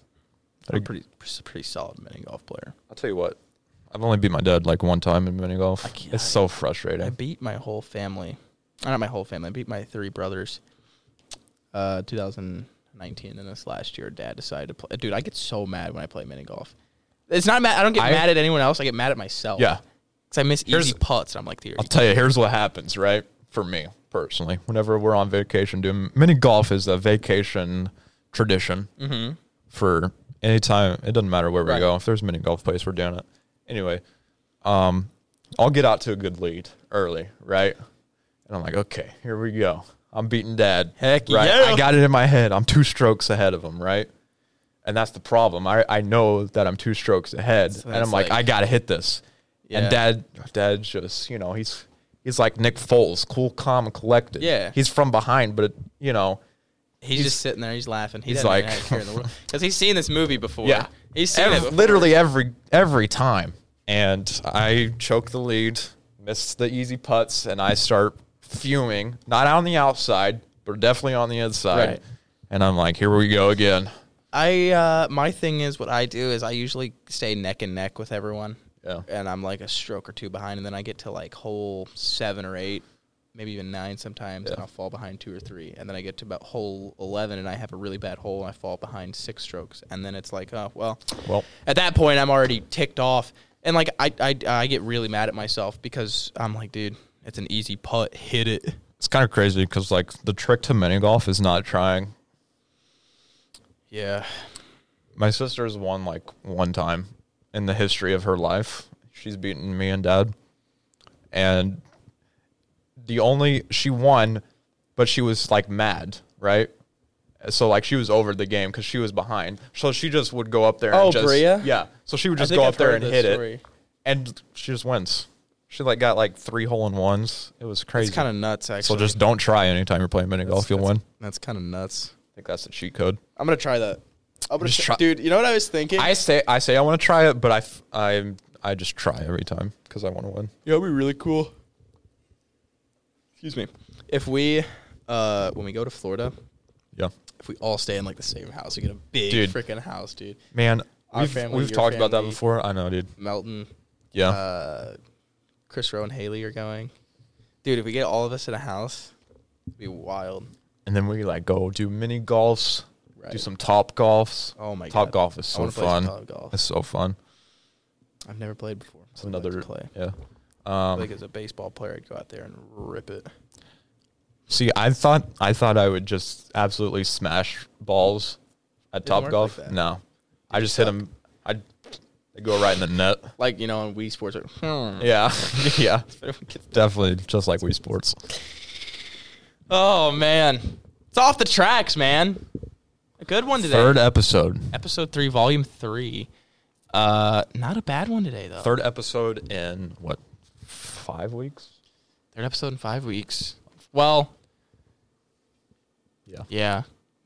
Speaker 1: I'm a pretty pretty solid mini golf player.
Speaker 2: I'll tell you what. I've only beat my dad like one time in mini golf.
Speaker 1: I can't-
Speaker 2: It's so
Speaker 1: I
Speaker 2: frustrating.
Speaker 1: beat my whole family. uh, Not my whole family. I beat my three brothers. Uh, 2019, and this last year, Dad decided to play. Dude, I get so mad when I play mini golf. It's not mad. I don't get
Speaker 2: I-
Speaker 1: mad at anyone else. I get mad at myself.
Speaker 2: Yeah.
Speaker 1: because I miss
Speaker 2: Here's-
Speaker 1: easy putts, and I'm like, here.
Speaker 2: I'll tell you, here's what happens, right? For me personally, whenever we're on vacation, doing mini golf is a vacation tradition for any time. It doesn't matter where
Speaker 1: Mm-hmm. Right.
Speaker 2: we go. If there's a mini golf place, we're doing it. Anyway, um, I'll get out to a good lead early, right? And I'm like, okay, here we go. I'm beating dad.
Speaker 1: Heck
Speaker 2: right?
Speaker 1: yeah.
Speaker 2: I got it in my head. I'm two strokes ahead of him, right? And that's the problem. I, I know that I'm two strokes ahead, and I'm
Speaker 1: it's
Speaker 2: like,
Speaker 1: like-
Speaker 2: I gotta hit this.
Speaker 1: Yeah.
Speaker 2: And dad, dad just you know he's he's like Nick Foles, cool, calm, and collected.
Speaker 1: Yeah.
Speaker 2: he's from behind, but you know,
Speaker 1: He's, just sitting there. He's laughing. He
Speaker 2: he's
Speaker 1: doesn't
Speaker 2: like-
Speaker 1: like, because he's seen this movie before.
Speaker 2: yeah,
Speaker 1: he's seen
Speaker 2: Ev-
Speaker 1: it. before.
Speaker 2: literally every every time. And I choke the lead, miss the easy putts, and I start fuming. Not on the outside, but definitely on the inside.
Speaker 1: Right.
Speaker 2: And I'm like, here we go again.
Speaker 1: I uh, my thing is what I do is I usually stay neck and neck with everyone.
Speaker 2: Yeah.
Speaker 1: And I'm like a stroke or two behind, and then I get to like hole seven or eight, maybe even nine sometimes, and I'll fall behind two or three, and then I get to about hole eleven, and I have a really bad hole, and I fall behind six strokes, and then it's like, oh well.
Speaker 2: Well.
Speaker 1: At that point, I'm already ticked off, and like I I, I get really mad at myself because I'm like, dude, it's an easy putt, hit it.
Speaker 2: It's kind of crazy because like the trick to mini golf is not trying.
Speaker 1: Yeah.
Speaker 2: My sister's won like one time in the history of her life. She's beaten me and dad. And the only she won, but she was like mad, right? So like she was over the game because she was behind. So she just would go up there.
Speaker 1: Oh,
Speaker 2: and just,
Speaker 1: Bria?
Speaker 2: Yeah. So she would
Speaker 1: I
Speaker 2: just
Speaker 1: think
Speaker 2: go
Speaker 1: I've
Speaker 2: up there
Speaker 1: heard
Speaker 2: and
Speaker 1: this
Speaker 2: hit
Speaker 1: story.
Speaker 2: it, and she just wins. She like got like three hole in ones. It was crazy.
Speaker 1: It's kind of nuts, actually.
Speaker 2: so just don't try anytime you're playing mini golf. You'll win.
Speaker 1: that's kind of nuts.
Speaker 2: I think that's the cheat code.
Speaker 1: I'm gonna try that. I'm gonna
Speaker 2: Just
Speaker 1: try-
Speaker 2: try-
Speaker 1: dude. You know what I was thinking?
Speaker 2: I say I say I want to try it, but I f- I I just try every time because I want to win.
Speaker 1: yeah, it'd be really cool. Excuse me. If we, uh, when we go to Florida,
Speaker 2: Yeah,
Speaker 1: if we all stay in like the same house, we get a big
Speaker 2: Dude.
Speaker 1: freaking house, dude.
Speaker 2: man.
Speaker 1: Our
Speaker 2: we've
Speaker 1: family,
Speaker 2: we've
Speaker 1: your
Speaker 2: talked about that
Speaker 1: family.
Speaker 2: before. I know, dude.
Speaker 1: Melton,
Speaker 2: Yeah,
Speaker 1: uh, Chris Rowe and Haley are going. Dude, if we get all of us in a house, it'd be wild.
Speaker 2: and then we like go do mini golfs, do
Speaker 1: Right.
Speaker 2: some top golfs.
Speaker 1: Oh my
Speaker 2: top
Speaker 1: God.
Speaker 2: golf is
Speaker 1: I
Speaker 2: so
Speaker 1: wanna play some
Speaker 2: fun.
Speaker 1: top golf.
Speaker 2: It's so fun.
Speaker 1: I've never played before.
Speaker 2: It's
Speaker 1: I'd like to
Speaker 2: another um,
Speaker 1: play.
Speaker 2: yeah.
Speaker 1: like as a baseball player, I'd go out there and rip it.
Speaker 2: See, I thought I thought I would just absolutely smash balls at
Speaker 1: Didn't
Speaker 2: top
Speaker 1: work
Speaker 2: golf.
Speaker 1: like that.
Speaker 2: no, I just hit them. I they go right in the net.
Speaker 1: Like you know, on Wii Sports, like, hmm.
Speaker 2: Yeah, yeah, definitely. Just like Wii Sports.
Speaker 1: Oh man, it's off the tracks, man. A good one today.
Speaker 2: Third episode.
Speaker 1: Episode three, volume three. Uh, not a bad one today though.
Speaker 2: Third episode in what? Five weeks.
Speaker 1: Third episode in five weeks. Well,
Speaker 2: Yeah.
Speaker 1: yeah,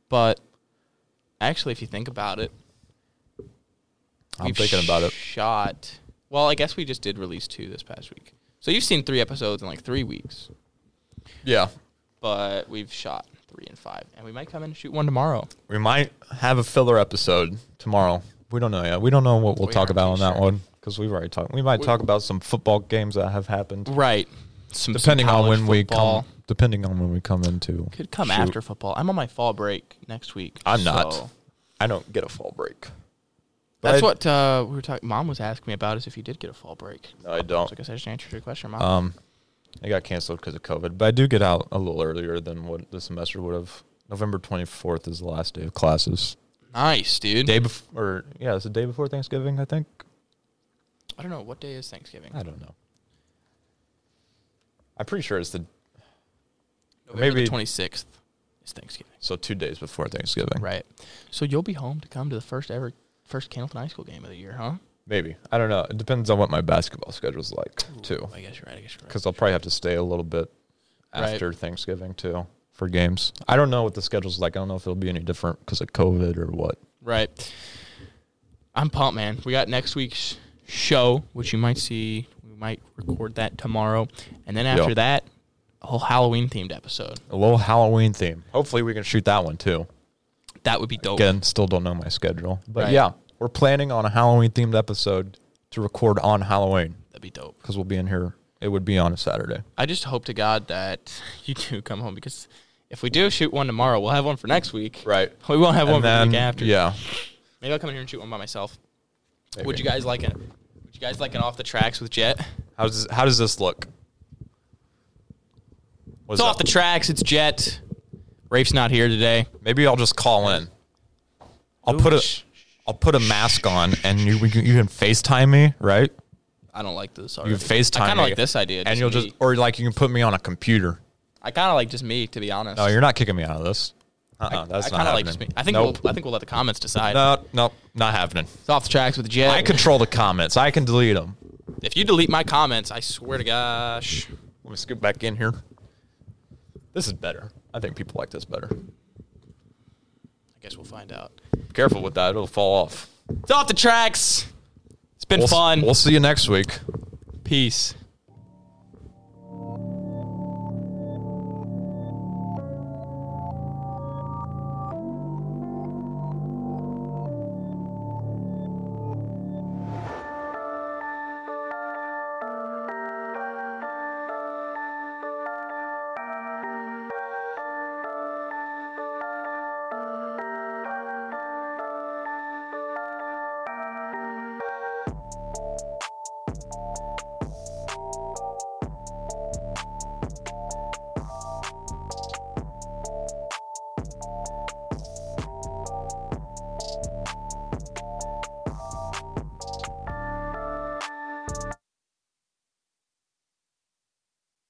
Speaker 1: but actually, if you think about it,
Speaker 2: I'm
Speaker 1: we've
Speaker 2: thinking about it.
Speaker 1: Shot. Well, I guess we just did release two this past week. So you've seen three episodes in like three weeks,
Speaker 2: Yeah.
Speaker 1: but we've shot three and five, and we might come in and shoot one tomorrow.
Speaker 2: We might have a filler episode tomorrow. We don't know yet. We don't know what we'll
Speaker 1: We aren't
Speaker 2: talk about on
Speaker 1: too
Speaker 2: that
Speaker 1: sure.
Speaker 2: one because we've already talked. We might talk about some football games that have happened.
Speaker 1: Right. Some
Speaker 2: Depending on
Speaker 1: college
Speaker 2: when we
Speaker 1: football.
Speaker 2: come. Depending on when we come into.
Speaker 1: Could come
Speaker 2: shoot.
Speaker 1: after football. I'm on my fall break next week.
Speaker 2: I'm not.
Speaker 1: so-
Speaker 2: I don't get a fall break. But
Speaker 1: That's
Speaker 2: I-
Speaker 1: what uh, we were talking. Mom was asking me about is if you did get a fall break.
Speaker 2: No, I
Speaker 1: So I
Speaker 2: don't.
Speaker 1: guess I just answered your question, Mom.
Speaker 2: Um, I got canceled because of COVID, but I do get out a little earlier than what the semester would have. November 24th is the last day of classes.
Speaker 1: nice, dude.
Speaker 2: Day before, or, yeah, it's the day before Thanksgiving, I think.
Speaker 1: I don't know what day is Thanksgiving.
Speaker 2: I don't know. I'm pretty sure it's the
Speaker 1: November
Speaker 2: maybe-
Speaker 1: the 26th is Thanksgiving.
Speaker 2: so two days before Thanksgiving.
Speaker 1: Right. So you'll be home to come to the first ever first Candleton High School game of the year, huh?
Speaker 2: Maybe I don't know. It depends on what my basketball schedule's like too,
Speaker 1: I guess you're right. I guess you're right.
Speaker 2: because I'll probably have to stay a little bit
Speaker 1: Right.
Speaker 2: after Thanksgiving too for games. I don't know what the schedule's like. I don't know if it'll be any different because of COVID or what.
Speaker 1: Right. I'm pumped, man. We got next week's show, which you might see. We might record that tomorrow, and then after
Speaker 2: Yeah.
Speaker 1: that, a whole Halloween themed episode.
Speaker 2: A little Halloween theme. Hopefully, we can shoot that one too.
Speaker 1: That would be dope.
Speaker 2: Again, still don't know my schedule, but
Speaker 1: Oh. Right.
Speaker 2: yeah, we're planning on a Halloween themed episode to record on Halloween
Speaker 1: That'd be dope.
Speaker 2: because we'll be in here. It would be on a Saturday.
Speaker 1: I just hope to God that you two come home because if we do shoot one tomorrow, we'll have one for next week.
Speaker 2: Right.
Speaker 1: We won't have one for
Speaker 2: And
Speaker 1: the
Speaker 2: then,
Speaker 1: week after.
Speaker 2: yeah,
Speaker 1: Maybe I'll come in here and shoot one by myself. Would
Speaker 2: Maybe.
Speaker 1: you guys like it? Would you guys like an off the tracks with Jet?
Speaker 2: How does how does this look? What
Speaker 1: It's
Speaker 2: is
Speaker 1: off the
Speaker 2: that?
Speaker 1: tracks. It's Jet. Rafe's not here today.
Speaker 2: Maybe I'll just call in. I'll put a
Speaker 1: Shh.
Speaker 2: I'll put a mask on, and you we can, you can FaceTime me, right?
Speaker 1: I don't like this.
Speaker 2: You
Speaker 1: Already.
Speaker 2: can FaceTime.
Speaker 1: I kind
Speaker 2: me,
Speaker 1: of like this idea.
Speaker 2: and you'll
Speaker 1: me.
Speaker 2: just or like you can put me on a computer.
Speaker 1: I kind of like just me, to be honest.
Speaker 2: No, you're not kicking me out of this.
Speaker 1: I
Speaker 2: Uh-uh, that's not
Speaker 1: kind of
Speaker 2: happening.
Speaker 1: like just me. I think
Speaker 2: nope.
Speaker 1: we'll I think we'll let the comments decide.
Speaker 2: no, nope, not happening.
Speaker 1: It's off the tracks with Jet.
Speaker 2: I control the comments. I can delete them.
Speaker 1: If you delete my comments, I swear to gosh.
Speaker 2: Let me scoot back in here. This is better. I think people like this better.
Speaker 1: I guess we'll find out.
Speaker 2: Be careful with that; it'll fall off.
Speaker 1: It's off the tracks. It's been
Speaker 2: We'll s-
Speaker 1: fun.
Speaker 2: We'll see you next week.
Speaker 1: Peace.